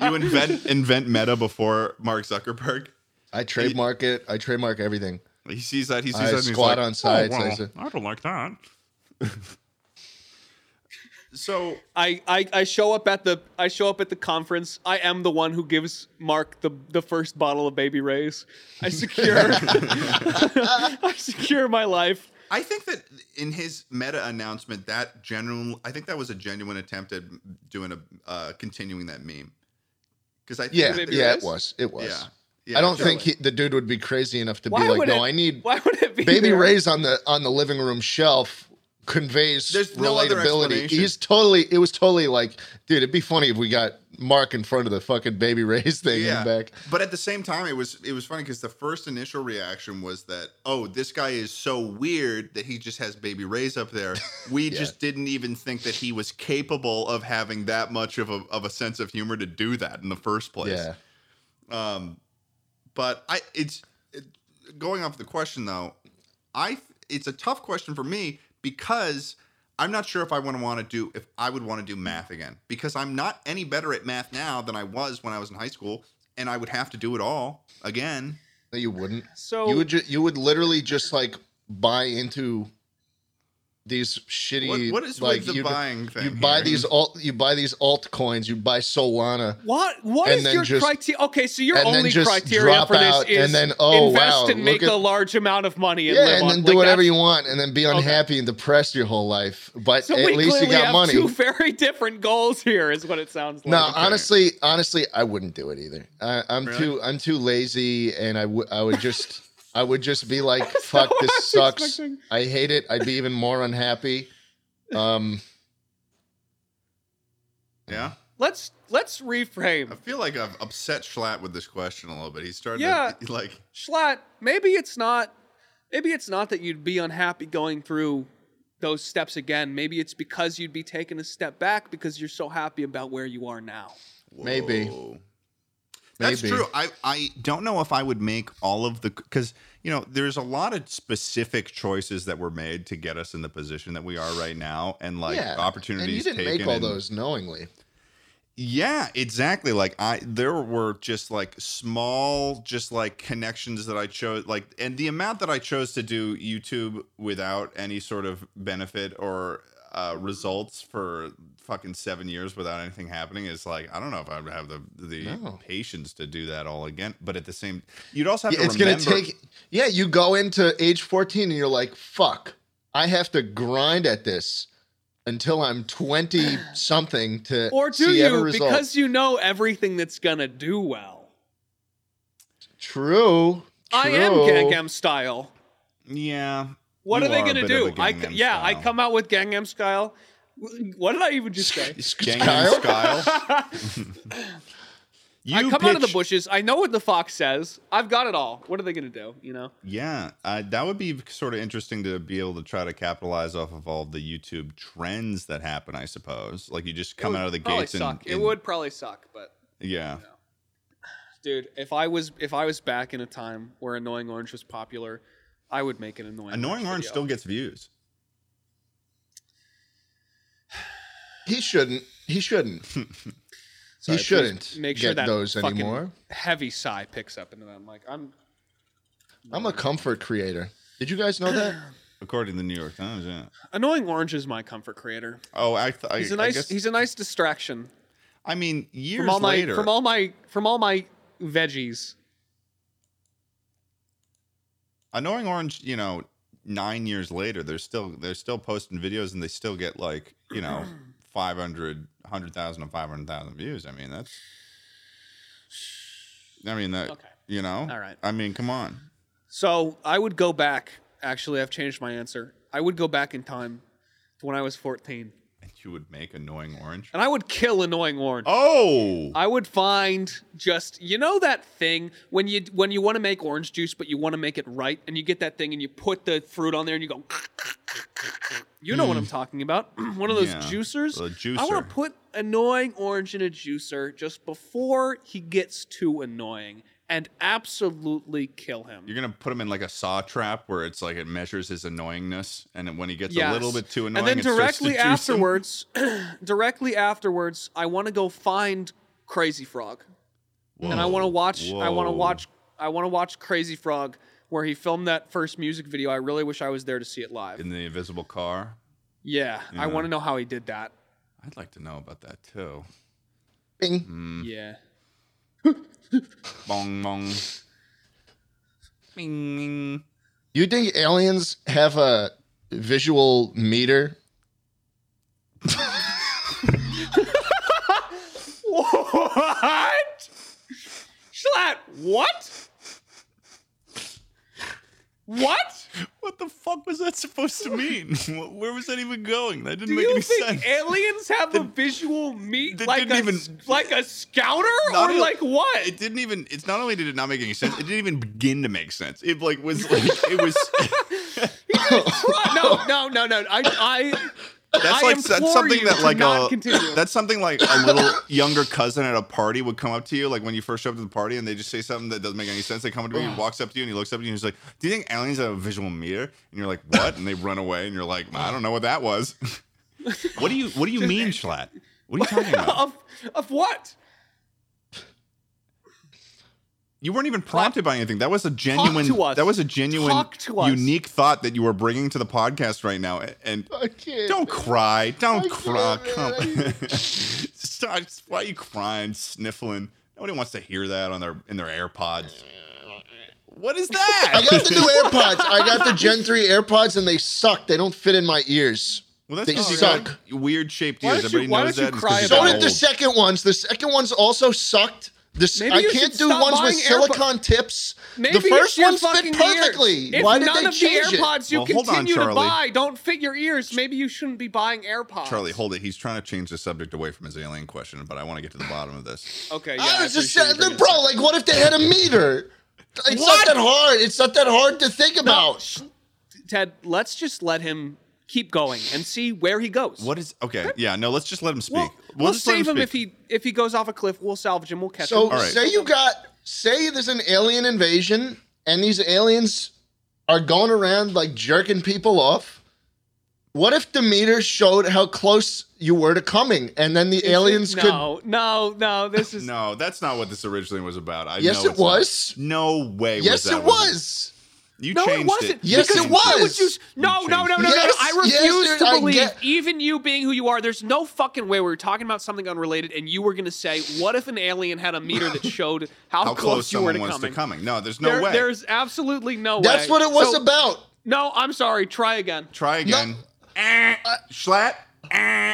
you invent (laughs) invent Meta before Mark Zuckerberg.
I trademark it. I trademark everything.
He sees that. He sees
I
that. And he's
squat
like,
on sides,
"Oh,
I
well,
said."
I don't like (laughs) that. so
I, I I show up at the I show up at the conference. I am the one who gives Mark the the first bottle of Baby Ray's. I secure (laughs) I secure my life.
I think that in his meta announcement, that genuine, I think that was a genuine attempt at doing a uh, continuing that meme. Because I think
Yeah,
that-
Baby
yeah,
Ray's?
it was. It was.
yeah,
I don't think
totally.
he, the dude would be crazy enough to
Why
be like,
would
no,
it-
I need
Why would it be
Baby
there?
Ray's on the on the living room shelf conveys
There's no other
relatability.
explanation.
He's totally it was totally like, dude, it'd be funny if we got Mark in front of the fucking Baby Ray's thing
yeah.
in the back.
But at the same time, it was it was funny because the first initial reaction was that oh, this guy is so weird that he just has baby rays
(laughs)
up there. We just didn't even think that he was capable of having that much of a of a sense of humor to do that in the first place.
Yeah.
Um, but I it's it, going off the question though. I it's a tough question for me because I'm not sure if I want to want to do if I would want to do math again because I'm not any better at math now than I was when I was in high school and I would have to do it all again.
No, you wouldn't.
So
You would ju- you would literally just like buy into these shitty.
What, what is
like
with the
you,
buying thing?
you buy
here?
these alt you buy these altcoins. You buy Solana.
What What
And
is
then
your
just-
criteria? Okay, so your
and then
only
just
criteria
drop
for this
out
is
and then, oh,
invest
wow,
and
look
make
at-
a large amount of money and
Yeah,
live
and
on.
then
Like,
do whatever
that's-
you want, and then be unhappy and depressed your whole life. But
So we
at least you
clearly
got
have
money.
two very different goals here, is what it sounds like.
No,
(laughs)
okay.
honestly, honestly, I wouldn't do it either. I, I'm
Really?
too, I'm too lazy, and I would, I would just, I would just
(laughs)
be like,
not
"Fuck,
what I
this
was
sucks.
expecting.
I hate it. I'd be even more unhappy." Um,
Yeah,
Let's let's reframe.
I feel like I've upset Schlatt with this question a little bit. He's starting
Yeah.
to like.
Schlatt, maybe it's not maybe it's not that you'd be unhappy going through those steps again. Maybe it's because you'd be taking a step back because you're so happy about where you
(laughs)
are now.
Maybe.
whoa. That's
Maybe.
true. I, I don't know if I would make all of the because you know there's a lot of specific choices that were made to get us in the position that we are right now, and like
yeah,
opportunities.
And you didn't
taken
make all
and-
those knowingly.
Yeah, exactly. Like I, there were just like small, just like connections that I chose. Like, and the amount that I chose to do YouTube without any sort of benefit or uh, results for fucking seven years without anything happening is like I don't know if I would have the the
No.
patience to do that all again. But at the same, you'd also have
Yeah,
to.
it's gonna
remember-
take. Yeah, you go into age 14, and you're like, "Fuck, I have to grind at this." Until I'm twenty something to
Or do
see every
you
result.
because you know everything that's gonna do well.
true,
I am
true.
Gangnam style.
Yeah.
What
you
are they
a
gonna
bit of a
do? I c-
Gangnam
yeah, I
Style.
come out with Gangnam style. W- What did I even just
(laughs)
say?
Gangnam
(laughs)
Style. You
I come out of the
pitched-
bushes. I know what the fox says. I've got it all. What are they gonna do? You know.
Yeah, uh, that would be sort of interesting to be able to try to capitalize off of all the YouTube trends that happen. I suppose, like you just come out of the
probably
gates and,
suck. it
and-
would probably suck, but
Yeah,
dude, if I was if I was back in a time where annoying orange was popular, I would make an annoying
annoying orange
video.
still gets views.
He shouldn't. He
(laughs)
shouldn't.
Sorry,
he
please
shouldn't
make sure
get
that
those
fucking
anymore.
Heavy sigh picks up into them. Like I'm
I'm a comfort creator. Did you guys know
(clears throat)
that?
According to the New York Times, yeah.
annoying orange is my comfort creator.
Oh, I, th- I,
He's a
I
nice
guess-
he's a nice distraction
I mean, years
from all my
later,
from all my from all my veggies.
annoying orange. You know, nine years later, they're still they're still posting videos and they still get like
(clears throat)
you know 500, 100,000 and five hundred thousand views. I mean, that's. I mean that.
Okay.
You know.
All right.
I mean, come on.
So I would go back. Actually, I've changed my answer. I would go back in time to when I was 14,
And you would make annoying orange.
and I would kill annoying orange.
Oh,
Um, I would find just you know that thing when you when you want to make orange juice, but you want to make it right, and you get that thing and you put the fruit on there and you go. (clears throat) You know what I'm talking about. (clears throat) One of those
Mm. Yeah,
juicers.
the
I want
juicer.
to put annoying orange in a juicer just before he gets too annoying and absolutely kill him.
you're gonna put him in like a saw trap where it's like it measures his annoyingness, and then when he gets
Yes.
a little bit too annoying,
And then
it starts to
directly
juice him.
afterwards, (clears throat) directly afterwards, I want to go find Crazy Frog, and I want to
Whoa,
watch. I want to
whoa.
watch. I want to watch Crazy Frog where he filmed that first music video. I really wish I was there to see it live.
in the invisible car.
yeah, I want to know how he did that.
I'd like to know about that too.
Bing.
Mm.
Yeah.
Bong bong. Bing, bing.
You think aliens have a visual meter?
(laughs) What? Schlatt, what? What?
What the fuck was that supposed to
(laughs)
mean? Wh- Where was that even going? That didn't
Do
make
you
any
think
sense.
aliens have a visual meat
that
like a,
didn't even-
like a scouter
Not
or
even-
like what?
it didn't even. It's not only did it not make any sense. It didn't even begin to make sense. It like was like it
(laughs)
was.
Right, no, no, no, no. I, I
That's
I
like
implore
that's something
you
that
to
like
not
a
continue. (laughs)
that's something like a little (laughs) younger cousin at a party would come up to you like when you first show up to the party and they just say something that doesn't make any sense. They come up to you, he walks up to you, and he looks up at you and he's like, "Do you think aliens have a visual mirror?" And you're like, "What?" And they run away, and you're like, "I don't know what
(laughs)
that was." what do you What do you mean,
(laughs)
Schlatt? What are you talking about?
of of what?
You weren't even prompted by anything. That was a genuine.
to us.
That was a genuine,
Talk to us.
unique thought that you were bringing to the podcast right now. And- And
I can't.
don't cry. Don't
I
cry.
can't,
Come.
man.
(laughs) Stop. Why are you crying? Sniffling. Nobody wants to hear that on their in their AirPods. What
(laughs)
is that?
I got the new AirPods. I got the Gen 3 AirPods and they suck. They don't fit in my ears.
well,
They
because you
suck.
got Weird shaped
Why
ears.
don't you-
Everybody
why
knows
don't you
that. It's
cry
'cause
about
So
got
did the
old.
second ones. The second ones also sucked. This,
Maybe
I
you
can't
should
do
stop
ones with
buying AirPod-
silicon tips.
Maybe
the first
it's your
ones fit
fucking ears.
perfectly.
If
Why did
none
they
of
change
the
it?
AirPods you
Well, hold on,
continue to
Charlie.
buy don't fit your ears, maybe you shouldn't be buying AirPods.
Charlie, hold it. He's trying to change the subject away from his alien question, but I want to get to the bottom of this.
Okay, yeah,
I was just
appreciate you
saying,
bringing
bro,
that up.
like, what if they had a meter? It's
What?
not that hard. It's not that hard to think
No,
about.
sh- Ted, let's just let him keep going and see where he goes.
What is okay? Yeah, no. Let's just let him speak.
We'll,
We'll
we'll,
just let
save him,
speak.
if he if he goes off a cliff. We'll salvage him. We'll catch
So
him.
right.
say you got say there's an alien invasion and these aliens are going around like jerking people off. What if Demeter showed how close you were to coming, and then the aliens could?
No, no, no. This
(laughs)
is
No, that's not what this originally was about. I
Yes,
know
it
it's not.
was.
No way.
Yes,
was that
it
what
was.
You
No,
changed
it wasn't.
Yes,
Because
it
why would
was.
you s- no,
You
no, no, no,
changed
no,
it.
no. I
Yes,
refuse
yes,
to
I
believe,
get-
even you being who you are, there's no fucking way we were talking about something unrelated and you were going to say, what if an alien had a
(laughs)
meter that showed how,
How
close,
close
you were
someone
to
was
coming?
to coming? No, there's no
There-
way.
There's absolutely no way.
That's what it was
So-
about.
No, I'm sorry. Try again.
Try again. Eh, Schlatt. Eh,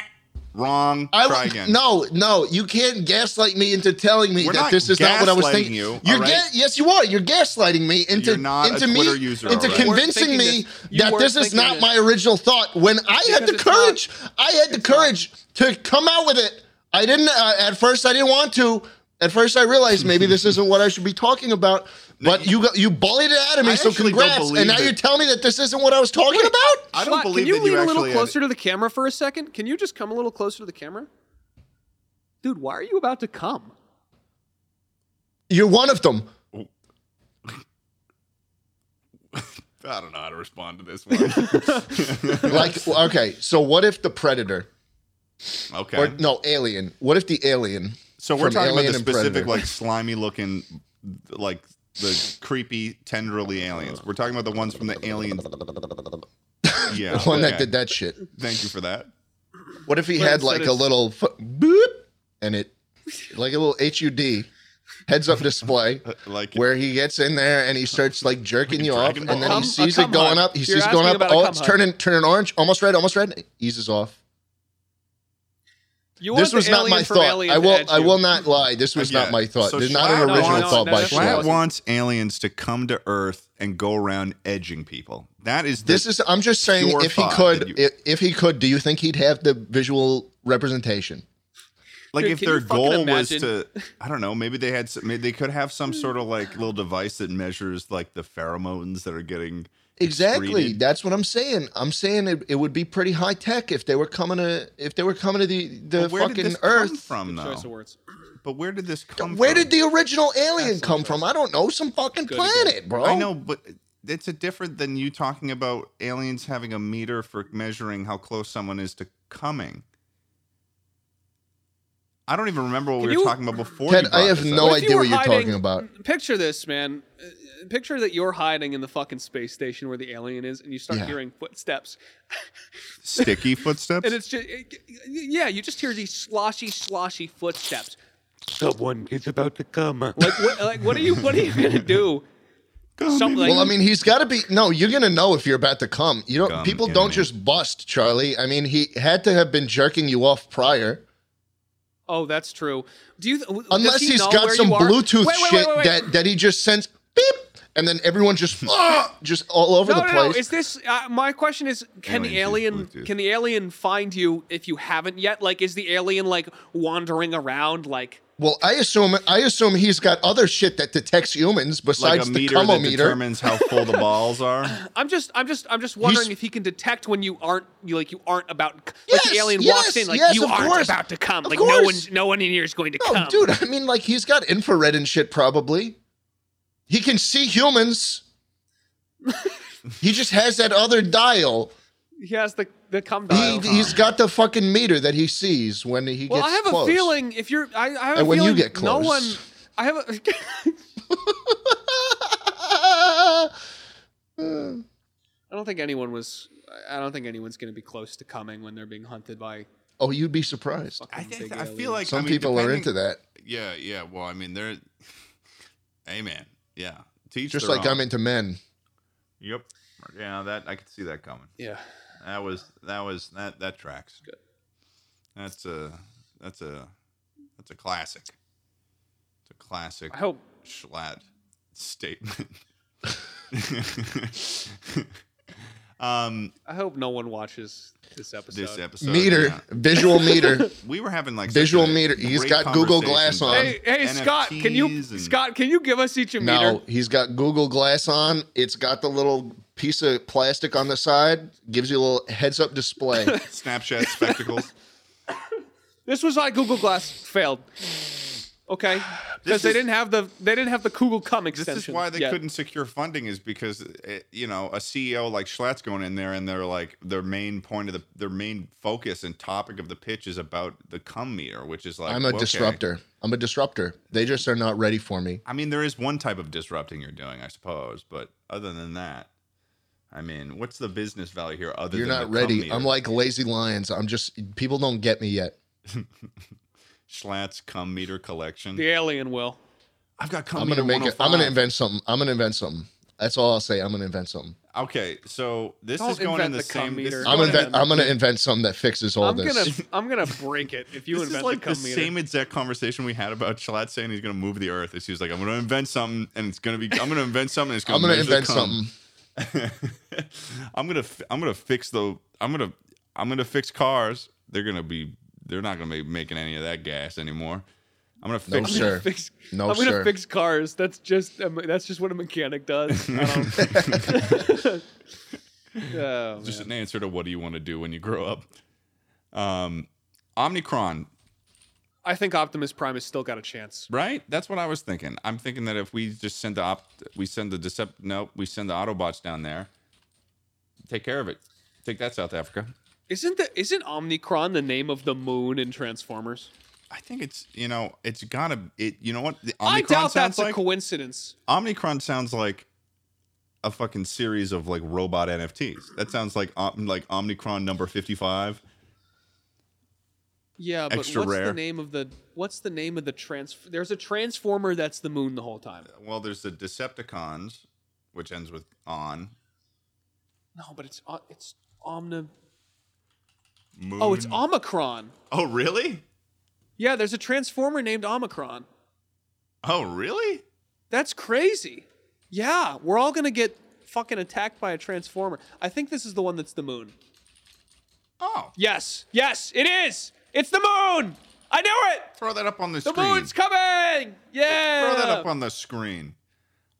Wrong.
I
Try
w-
again.
No, no, you can't gaslight me into telling me
We're
that
not
this is not what I was
gaslighting
thinking.
you, all
are
right?
yes, you are. You're gaslighting me into
You're not a
into
Twitter
me
user,
into
all right? You
weren't
convincing
thinking
me
this. You
that
weren't
this is
thinking
not
this.
my original thought. When I had
Because
the
it's not.
courage, I had the courage to come out with it. I didn't. Uh, at first, I didn't want to. At first, I realized maybe this isn't what I should be talking
(laughs)
about. But you got, you bullied it out of me.
I
so
actually don't
congrats.
believe
And now
that-
you're telling me that this isn't what I was talking about.
I don't
Schlatt,
believe
Can you
that you
lean a
actually
little
had-
closer to the camera for a second? Can you just come a little closer to the camera? Dude, why are you about to come?
You're one of them.
I don't know how to respond to this one.
(laughs)
(laughs)
Like okay, so what if the predator?
okay.
Or no, alien. What if the alien?
so we're
from
talking about
Alien
the
and
specific,
Predator.
like slimy looking, like the creepy, tenderly aliens. We're talking about the ones from the aliens.
(laughs)
Yeah.
The one
okay.
that did that shit.
Thank you for that.
What if he
But
had
instead
like a
it's-
little fu- boop and it like a little HUD heads up (laughs) display
Uh, Like
where he gets in there and he starts like jerking you off
Dragon
and then
Ball.
he
Cum- a
sees it
cum
going
hug.
up. He
You're
sees it going
asking
up.
about a
Oh,
cum
it's
hug.
turning turning orange, almost red, almost red. It eases off.
You
this
want the
was not
alien
my
from
thought.
Alien
I
to
will
edge
I
you.
will not lie. This was
uh, Yeah.
not my thought.
So
There's not an
Schlatt- No,
original
no,
thought
no,
by
no,
Schlatt.
Schlatt
wasn't.
wants aliens to come to Earth and go around edging people. That is the,
This is I'm just saying
Pure
if he
thought that
could
you-
if, if he could, do you think he'd have the visual representation?
like
Dude,
if
can
their
you fucking
goal was
imagine?
to I don't know maybe they had some, maybe they could have some sort of like little device that measures like the pheromones that are getting
Exactly.
excreted.
That's what I'm saying. I'm saying it, it would be pretty high tech if they were coming to if they were coming to the the
But where did
fucking
this come
Earth.
from
Choice of
though?
words.
But where did this come
Where
from?
did the original alien come from? I don't know. Some fucking
Good
planet, bro.
I know, but it's a different than you talking about aliens having a meter for measuring how close someone is to coming. I don't even remember what
Can
we were
you-
talking about before.
Ted,
you brought
Oh, I have
this up.
no
What if you
idea
were
what you're
hiding-
talking about.
Picture this, man. Uh, Picture that you're hiding in the fucking space station where the alien is, and you start
Yeah.
hearing footsteps,
sticky footsteps.
and it's just yeah, you just hear these sloshy, sloshy footsteps.
Someone is about to come.
Like what? Like what are you? What are you gonna
(laughs)
do? Something. Like,
Well, I mean, he's got to be. No, you're gonna know if you're about to come. You don't.
Come,
people
yeah,
don't
man.
just bust, Charlie. I mean, he had to have been jerking you off prior.
oh, that's true. Do you? Th-
Unless
does he
has
know
got
where
some
you are?
Bluetooth
Wait, wait, wait,
shit
wait, wait.
that that he just sends beep, and then everyone just "Ah," just all over
No,
the
no,
place.
no. Is this? Uh, my question is: Can the alien
Aliens use Bluetooth.
can the alien find you if you haven't yet? Like, is the alien like wandering around? Like,
Well, I assume I assume he's got other shit that detects humans
like
besides
a
the
meter that
comometer.
determines how full the
(laughs)
balls are.
I'm just, I'm just, I'm just wondering
He's-
if he can detect when you aren't, you like, you aren't about. Like
Yes,
the alien
yes,
walks in, like
yes,
you
of
aren't
course.
about to come.
Of
like no
course.
one's, no one in here is going to
No,
come.
dude, I mean, like he's got infrared and shit. Probably, he can see humans. he just has that other dial.
He has the the come dial.
He, he's got the fucking meter that he sees when he
well,
gets
I have
close.
a feeling if you're, I, I have a
And when you
feeling
get
no
close.
one. I have a. (laughs) I don't think anyone was. I don't think anyone's going to be close to coming when they're being hunted by.
(laughs) oh, you'd be surprised.
Fucking
I
big
think I
aliens.
feel like
Some
I mean,
people are into
depending-
that.
Yeah, yeah. Well, I mean, they're. (laughs) Amen. Yeah. Teach
Just
their
like
own.
I'm into men.
Yep. Yeah, that I could see that coming.
Yeah.
That was that was that that tracks.
Good.
That's a that's a that's a classic. It's a classic
I hope.
Schlatt statement. (laughs) um,
I hope no one watches this episode.
this episode
meter,
yeah.
visual meter.
We were having like such
Visual
a
meter. He's
great
got Google Glass
conversation.
on.
Hey, hey, Scott! Can you,
NFTs and-
Scott? Can you give us each a meter?
no, he's got Google Glass on. It's got the little piece of plastic on the side. Gives you a little heads up display.
Snapchat
(laughs)
spectacles?
This was why Google Glass failed. Okay, because
(sighs) This
they
is-
didn't have the they didn't have the Google Cum
This
extension.
is why they
yet.
couldn't secure funding is because eh, you know a CEO like Schlatt's going in there and they're like their main point of the their main focus and topic of the pitch is about the cum meter, which is like
I'm a
okay.
disruptor. I'm a disruptor. They just are not ready for me.
I mean, there is one type of disrupting you're doing, I suppose, but other than that, I mean, what's the business value here? Other
You're
than
not
the cum
ready.
meter?
I'm like lazy lions. I'm just people don't get me yet.
Schlatt's cum meter collection.
The alien will.
I've got cum
I'm
meter
gonna make it. I'm
105.
gonna invent something. I'm gonna invent something. That's all I'll say. I'm gonna invent something.
Okay, so this
Don't
is going in
invent
the,
the cum
same. This
meter.
is
I'm
going in
invent.
the-
I'm gonna invent something that fixes all
I'm
this.
gonna I'm gonna break it if you
this
invent
is like
the
the,
cum (laughs) meter.
same exact conversation we had about Shalat saying he's going to move the Earth. It's- He was like, "I'm going to invent something, and it's going to be. I'm going to invent something. And it's going
(laughs) I'm
to.
gonna invent something.
something. (laughs) I'm going to. I'm going to fix the. I'm going to. I'm going to fix cars. They're going to be. They're not going to be making any of that gas anymore. I'm going to
No
fix.
sir.
Fix,
No
I'm gonna
sir.
fix cars. That's just um, that's just what a mechanic does. I don't- (laughs) oh,
Just
man.
an answer to what do you want to do when you grow up? Um, Omnicron
I think Optimus Prime has still got a chance.
Right? That's what I was thinking. I'm thinking that if we just send the op, we send the decept. No, we send the Autobots down there. Take care of it. Take that, South Africa.
Isn't the isn't Omnicron the name of the moon in Transformers?
I think it's you know it's gotta it. You know what? The
I
Omnicron
doubt
sounds
that's
like
a coincidence.
Omnicron sounds like a fucking series of like robot NFTs. That sounds like Om- like Omnicron number fifty five.
Yeah, but
Extra
what's
rare.
the name of the what's the name of the trans? There's a transformer that's the moon the whole time.
Well, there's the Decepticons, which ends with on.
No, but it's o- it's omni.
Moon.
Oh, it's Omicron.
Oh, really?
Yeah, there's a transformer named Omicron.
Oh, really?
That's crazy. Yeah, we're all gonna get fucking attacked by a transformer. I think this is the one that's the moon.
Oh,
Yes, yes, it is. It's the moon. I knew it.
throw that up on the
The
screen.
moon's coming. Yeah.
Throw that up on the screen.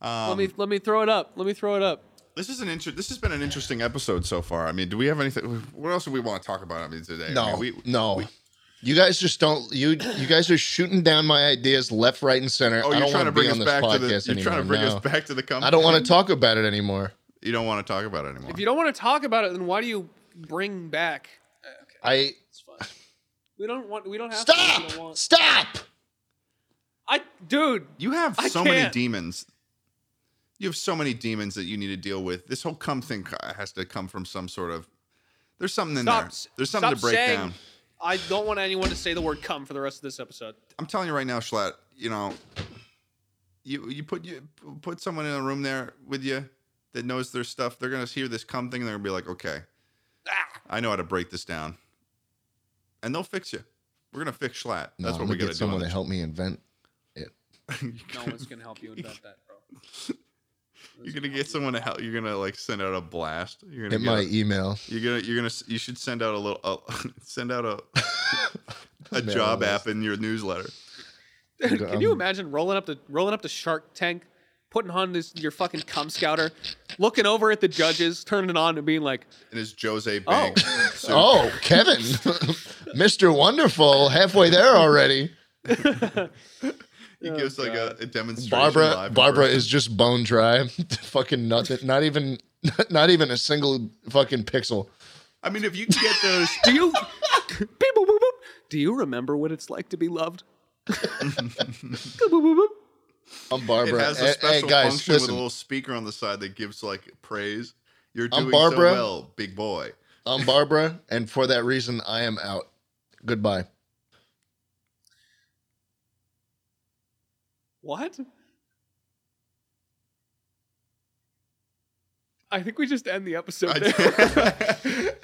Um,
let me let me throw it up. Let me throw it up.
this is an inter- This has been an interesting episode so far. I mean, do we have anything? What else do we want to talk about? I mean, today. I
No,
mean, we- oh,
no. you guys just don't. You you guys are shooting down my ideas left, right, and center.
Oh,
I
you're
don't want
trying to
to
bring
be
us
on this
back to the. You're
podcast
trying
anymore.
to bring
no.
us back to the company.
I don't want to talk about it anymore.
You don't want to talk about it anymore.
If you don't want to talk about it, then why do you bring back? Uh, okay,
I
it's fine. We don't want. We don't have. To, if you don't
stop.
want-
Stop.
I, dude.
You have
I
so many
can't.
demons. You have so many demons that you need to deal with. This whole cum thing ca- has to come from some sort of. There's something in
Stop
there.
s-
There's something
stop
to break
saying-
down.
I don't want anyone to say the word "cum" for the rest of this episode.
I'm telling you right now, Schlatt. You know, you you put you put someone in a room there with you that knows their stuff. They're gonna hear this cum thing. and They're gonna be like, okay,
Ah,
I know how to break this down, and they'll fix you. We're gonna fix Schlatt.
No,
That's
I'm
what we
gonna
gotta
get
do.
someone
on
to help me invent.
the-
no one's gonna help you invent that,
(laughs)
bro.
You're gonna get someone to help. You're gonna like send out a blast. You're gonna
Hit
get
my
a-
email.
You're gonna you're gonna s- you should send out a (laughs) little uh, send
(laughs)
out a a
Mail
job
list.
app in your newsletter.
Dude, (laughs) can you
Um,
imagine rolling up the rolling up the Shark Tank, putting on this your fucking cum scouter, looking over at the judges, turning it on, and being like,
And it's Jose Banks. So-
Oh, Kevin, (laughs) Mr. Wonderful, halfway there already.
he gives like a, a demonstration.
Barbara,
live in
Barbara
person.
is just bone dry, (laughs) fucking nothing. Not even, (laughs) not even a single fucking pixel.
I mean, if you can get those,
"Do you, (laughs) beep, boop, boop, boop. do you remember what it's like to be loved?" Boop, boop, boop, boop.
I'm Barbara.
It has a
Hey-
special
hey guys,
function with a
listen.
little speaker on the side that gives like praise. You're
I'm
doing so
Barbara.
well, big boy.
I'm Barbara, and for that reason, I am out. Goodbye.
What? I think we just end the episode. there.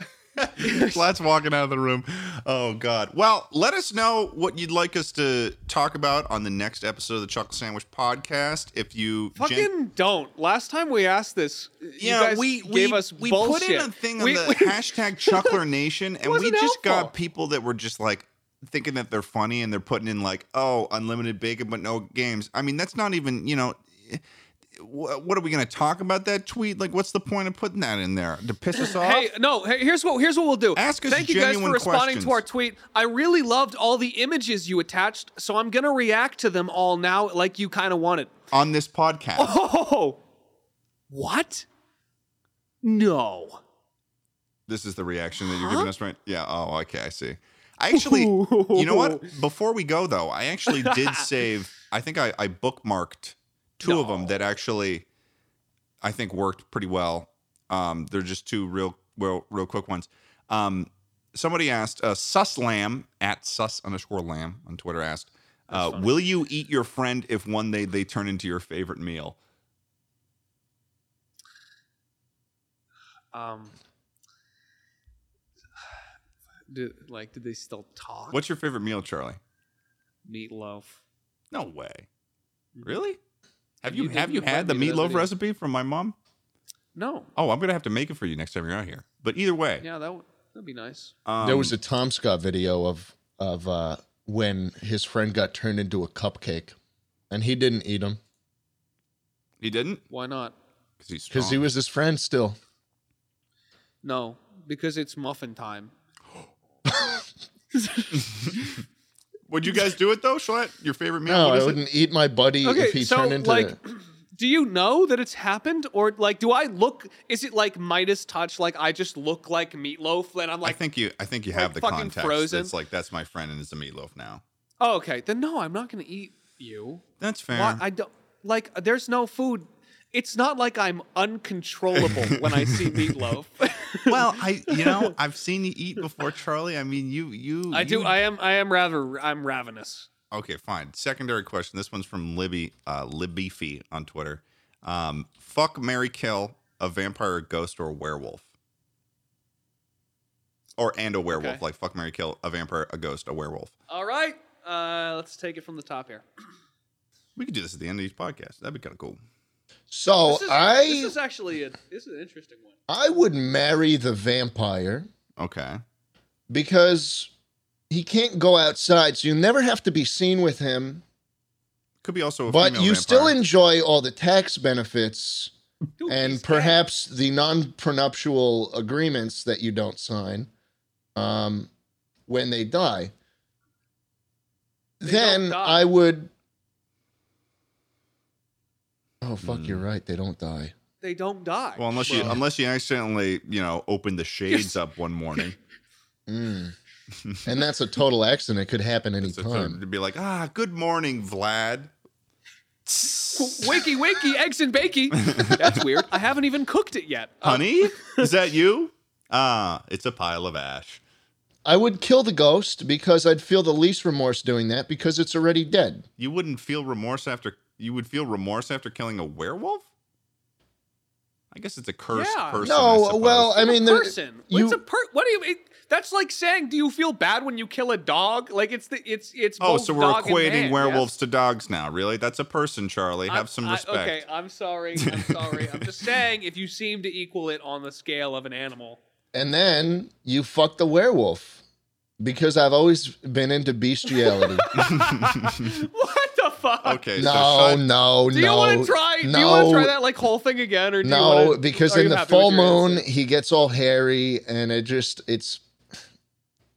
(laughs)
(laughs) Flat's walking out of the room. Oh God. Well, let us know what you'd like us to talk about on the next episode of the Chocolate Sandwich Podcast. If you gen-
Fucking don't. Last time we asked this,
Yeah,
you guys
we
gave
we,
us
we
bullshit.
put in a thing on
We-
the
we- (laughs)
hashtag Chuckler Nation, and we
wasn't
just
helpful.
got people that were just like thinking that they're funny, and they're putting in like, "Oh, unlimited bacon, but no games." I mean, that's not even you know. wh- What are we going to talk about that tweet? Like, what's the point of putting that in there to piss us off?
Hey, no. Hey, here's what here's what we'll do.
Ask us
Thank you guys for
genuine
responding to
questions.
our tweet. I really loved all the images you attached, so I'm gonna react to them all now, like you kind of wanted. (laughs)
on this podcast.
Oh, what? No.
This is the reaction that you're giving us, right? Yeah. Oh, okay. I see.
(laughs)
I actually, you know (laughs) what? Before we go, though, I actually (laughs) did save, I think I, I bookmarked two of them that actually I think worked pretty well. Um, they're just two real, real, real quick ones. Um, somebody asked, uh, Sus Lamb at Sus underscore Lamb on Twitter asked, uh, Will you eat your friend if one day they turn into your favorite meal?
Um. Did, like, did they still talk?
What's your favorite meal, Charlie?
meatloaf?
No way. Really? Have
If
you
you
have
didn't
you had the
invite me to this
meatloaf
video-
recipe from my mom?
No.
Oh, I'm gonna have to make it for you next time you're out here. But either way,
Yeah, that would that'd be nice.
um,
there was a Tom Scott video of of uh, when his friend got turned into a cupcake, and he didn't eat him
he didn't
Why not?
because he's strong.
because he was his friend still.
No, because it's muffin time.
Would you guys do it though, Schlatt? Your favorite meal?
No,
What is
I
it?
wouldn't eat my buddy
Okay,
if he
so
turned into.
like, (clears throat) do you know that it's happened, or like, do I look? Is it like Midas touch? Like I just look like meatloaf, and I'm
I
like,
think you. I think you
like
have the
fucking
context.
frozen.
It's like that's my friend and it's a meatloaf now.
oh, okay, then no, I'm not gonna eat you.
That's fair.
Why, I don't like. There's no food. It's not like I'm uncontrollable when
(laughs)
I see meatloaf.
(laughs)
(laughs)
well, I you know I've seen you eat before, Charlie. I mean you you.
I do.
you-
I am. I am rather. I'm ravenous.
Okay, fine. Secondary question. This one's from Libby uh, Libbyfy on Twitter. Um, fuck Mary Kill, a vampire, a ghost, or a werewolf. Or and a werewolf.
Okay.
Like fuck Mary Kill, a vampire, a ghost, a werewolf.
All right, uh, let's take it from the top here.
We could do this at the end of each podcast. That'd be kind of cool.
so
This is,
Oh, I
This is actually a. This is an interesting one.
I would marry the vampire
Okay.
because he can't go outside, so you never have to be seen with him.
Could be also a
but
female
you still
vampire.
enjoy all the tax benefits
Dude, he's
and
dead.
perhaps the non-prenuptial agreements that you don't sign um, when they die.
They don't
then
die.
I would. Oh fuck! You're right. They don't die.
they don't die.
Well, unless you unless you accidentally, you know, open the shades up
(laughs)
one morning.
Mm. and that's a total accident. It could happen any
So to
time.
to be like, ah, good morning, Vlad.
Wakey, wakey, eggs and bakey.
(laughs)
That's weird. I haven't even cooked it yet. Uh,
(laughs) Honey? Is that you? Ah, it's a pile of ash.
I would kill the ghost because I'd feel the least remorse doing that because it's already dead.
You wouldn't feel remorse after you would feel remorse after killing a werewolf? I guess it's a cursed
Yeah.
person. I
No, uh,
suppose.
well, I
I'm a
mean, there-
person.
you-
it's a per. What do you? It, that's like saying, do you feel bad when you kill a dog? Like it's the it's it's.
Oh,
both
so we're
dog and
equating
man,
werewolves
yes?
to dogs now, really? That's a person, Charlie.
I'm-
Have some
I-
respect.
okay, I'm sorry.
(laughs)
I'm sorry. I'm just saying, if you seem to equal it on the scale of an animal, (laughs)
And then you fuck the werewolf because I've always been
(laughs)
into bestiality.
what the fuck?
(laughs) Okay, so
no,
shut-
no, no.
Do you want to try?
No,
do you want to try that like whole thing again, or do
No,
you wanna,
because
are
in
you
the
happy with
full
your
moon
answer?
he gets all hairy, and it just it's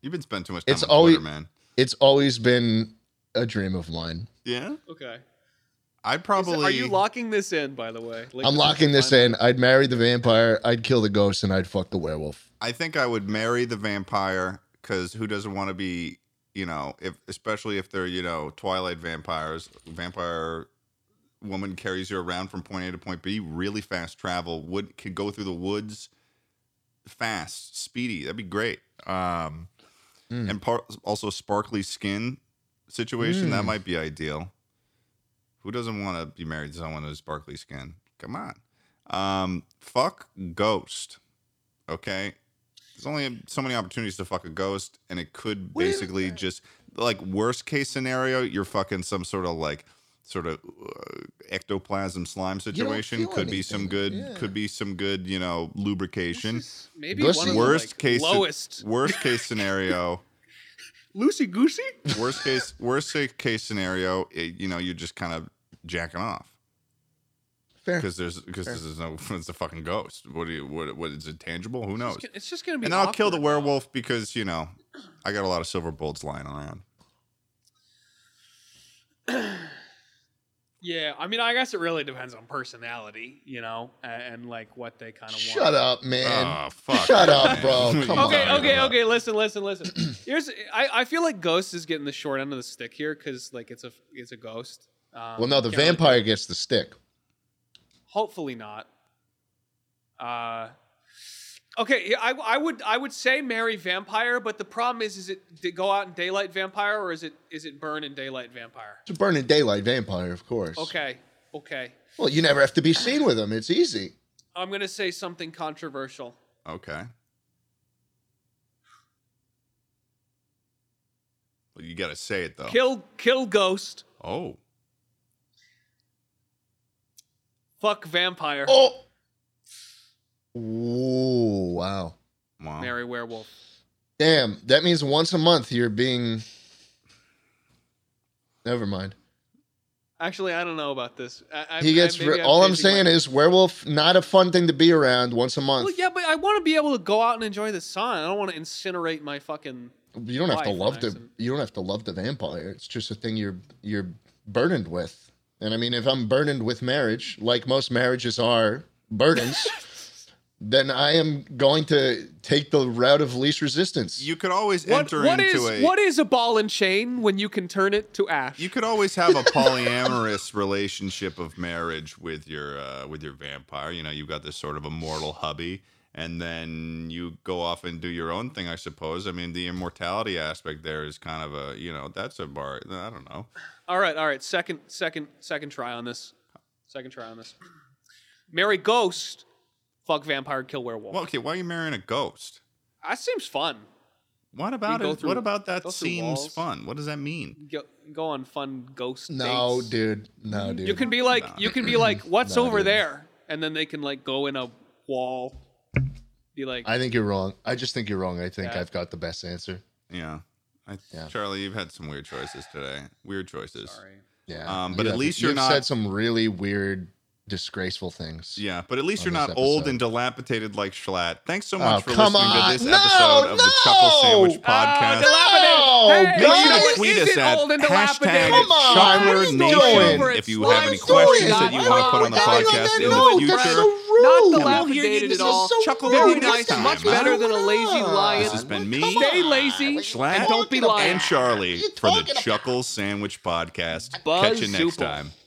You've been spending too much time
It's
on
always-
Twitter, man.
it's always been a dream of mine.
Yeah?
Okay.
I'd
Is-
probably
Are you locking this in, by the way? Like,
I'm locking this
final-
in. I'd marry the vampire. I'd kill the ghost, and I'd fuck the werewolf.
I think I would marry the vampire because who doesn't want to be, you know, if especially if they're, you know, Twilight vampires, vampire woman carries you around from point A to point B. Really fast travel. Would could go through the woods fast, speedy. That'd be great. Um,
Mm.
And par- also sparkly skin situation. That
Mm.
might be ideal. Who doesn't want to be married to someone who's sparkly skin? Come on. Um, fuck ghost. Okay. There's only so many opportunities to fuck a ghost, and it could
What do you-
basically just like worst case scenario, you're fucking some sort of like sort of uh, ectoplasm slime
don't
situation.
feel
Could be some
anything,
good.
yeah.
Could be some good. You know, lubrication.
This is Maybe
This
one
is- (laughs)
of
Worst
the, like,
case-
lowest
Worst case scenario.
Lucy Goosey.
worst case worst sa- case scenario it, you know you're just kind of jacking off
Fair.
because there's because there's no (laughs) it's a fucking ghost what do you what, what is it tangible who knows
It's just gonna be.
and then i'll kill the
awkward.
werewolf because you know i got a lot of silver bullets lying around
(clears throat) Yeah, I mean, I guess it really depends on personality, you know, and, and like what they kind of want. Ah,
Shut up, man.
oh fuck
Shut
(laughs)
up, bro.
You
Come
Okay,
on.
talking
okay,
about?
okay. Listen, listen, listen. (clears throat) Here's I, I feel like Ghost is getting the short end of the stick here because like it's a it's a ghost. Um,
Well, no, the
can't really-
vampire gets the stick.
hopefully not. Uh, okay, yeah, I, I would I would say marry vampire, but the problem is is it d- go out in daylight vampire or is it is it burn in daylight vampire?
It's a burning daylight vampire, of course.
Okay, okay.
Well, you never have to be seen with him. It's easy.
I'm gonna say something controversial.
okay well you gotta say it
Oh.
though
Kill kill ghost.
oh
Fuck vampire.
Oh. Ooh, wow.
wow
Marry werewolf.
Damn, that means once a month you're being. Never mind.
Actually, I don't know about this. I, I,
he gets.
I,
ri- all I'm saying is werewolf not a fun thing to be around once a month.
Well, yeah, but I want to be able to go out and enjoy the sun. I don't want to incinerate my fucking.
you don't have to
life,
love the.
Maxim.
You don't have to love the vampire. It's just a thing you're you're burdened with. And I mean, if I'm burdened with marriage, like most marriages are burdens,
(laughs)
then I am going to take the route of least resistance.
you could always
What,
enter
what
into
is
a
what is a ball and chain when you can turn it to ash?
You could always have a polyamorous relationship of marriage with your uh, with your vampire. You know, you've got this sort of immortal hubby, and then you go off and do your own thing. I suppose. I mean, the immortality aspect there is kind of a you know that's a bar. I don't know.
all right, all right. Second, second, second try on this. Second try on this. Marry ghost. Fuck vampire. Kill werewolf.
Well, okay, why are you marrying a ghost?
that seems fun.
What about
go
it?
through-
what about that
go through
seems
walls.
fun? What does that mean?
Go, go on fun ghost.
no,
dates.
dude. No, dude.
You can be like,
Nah.
you can be (laughs) like, what's
Nah,
over
dude.
there? And then they can like go in a wall. Be like,
I think you're wrong. I just think you're wrong. I think
Yeah.
I've got the best answer.
Yeah. I,
Yeah.
Charlie, you've had some weird choices today. Weird choices.
sorry.
Yeah.
Um, but
You
at
have-
least you're
you've
not-
said some really weird, disgraceful things.
Yeah, but at least
on
you're
this
not old
episode.
and dilapidated like Schlatt. Thanks so
Oh,
much for
come
listening
on.
to this
No,
episode of the Chuckle Sandwich
no.
Podcast.
Oh, dilapidated.
No,
hey, you know
guys.
what
Tweet
isn't
us at
old and
hashtag
dilapidated?
Come on,
Chuckler
what are you
Nation
doing?
if you
What
have
are
any
you
questions
doing?
that you want to put on the
Why are you
podcast in
doing
the
that?
future.
Not
rude.
dilapidated at all.
Chuckle
Very
Nerd
nice,
time,
much
huh?
better than a lazy lion.
This has been me.
Stay lazy
Schlatt
and don't be lying.
and Charlie
What are you
for the
talking about?
Chuckle Sandwich Podcast.
Buzz
Catch you next
Zuple.
time.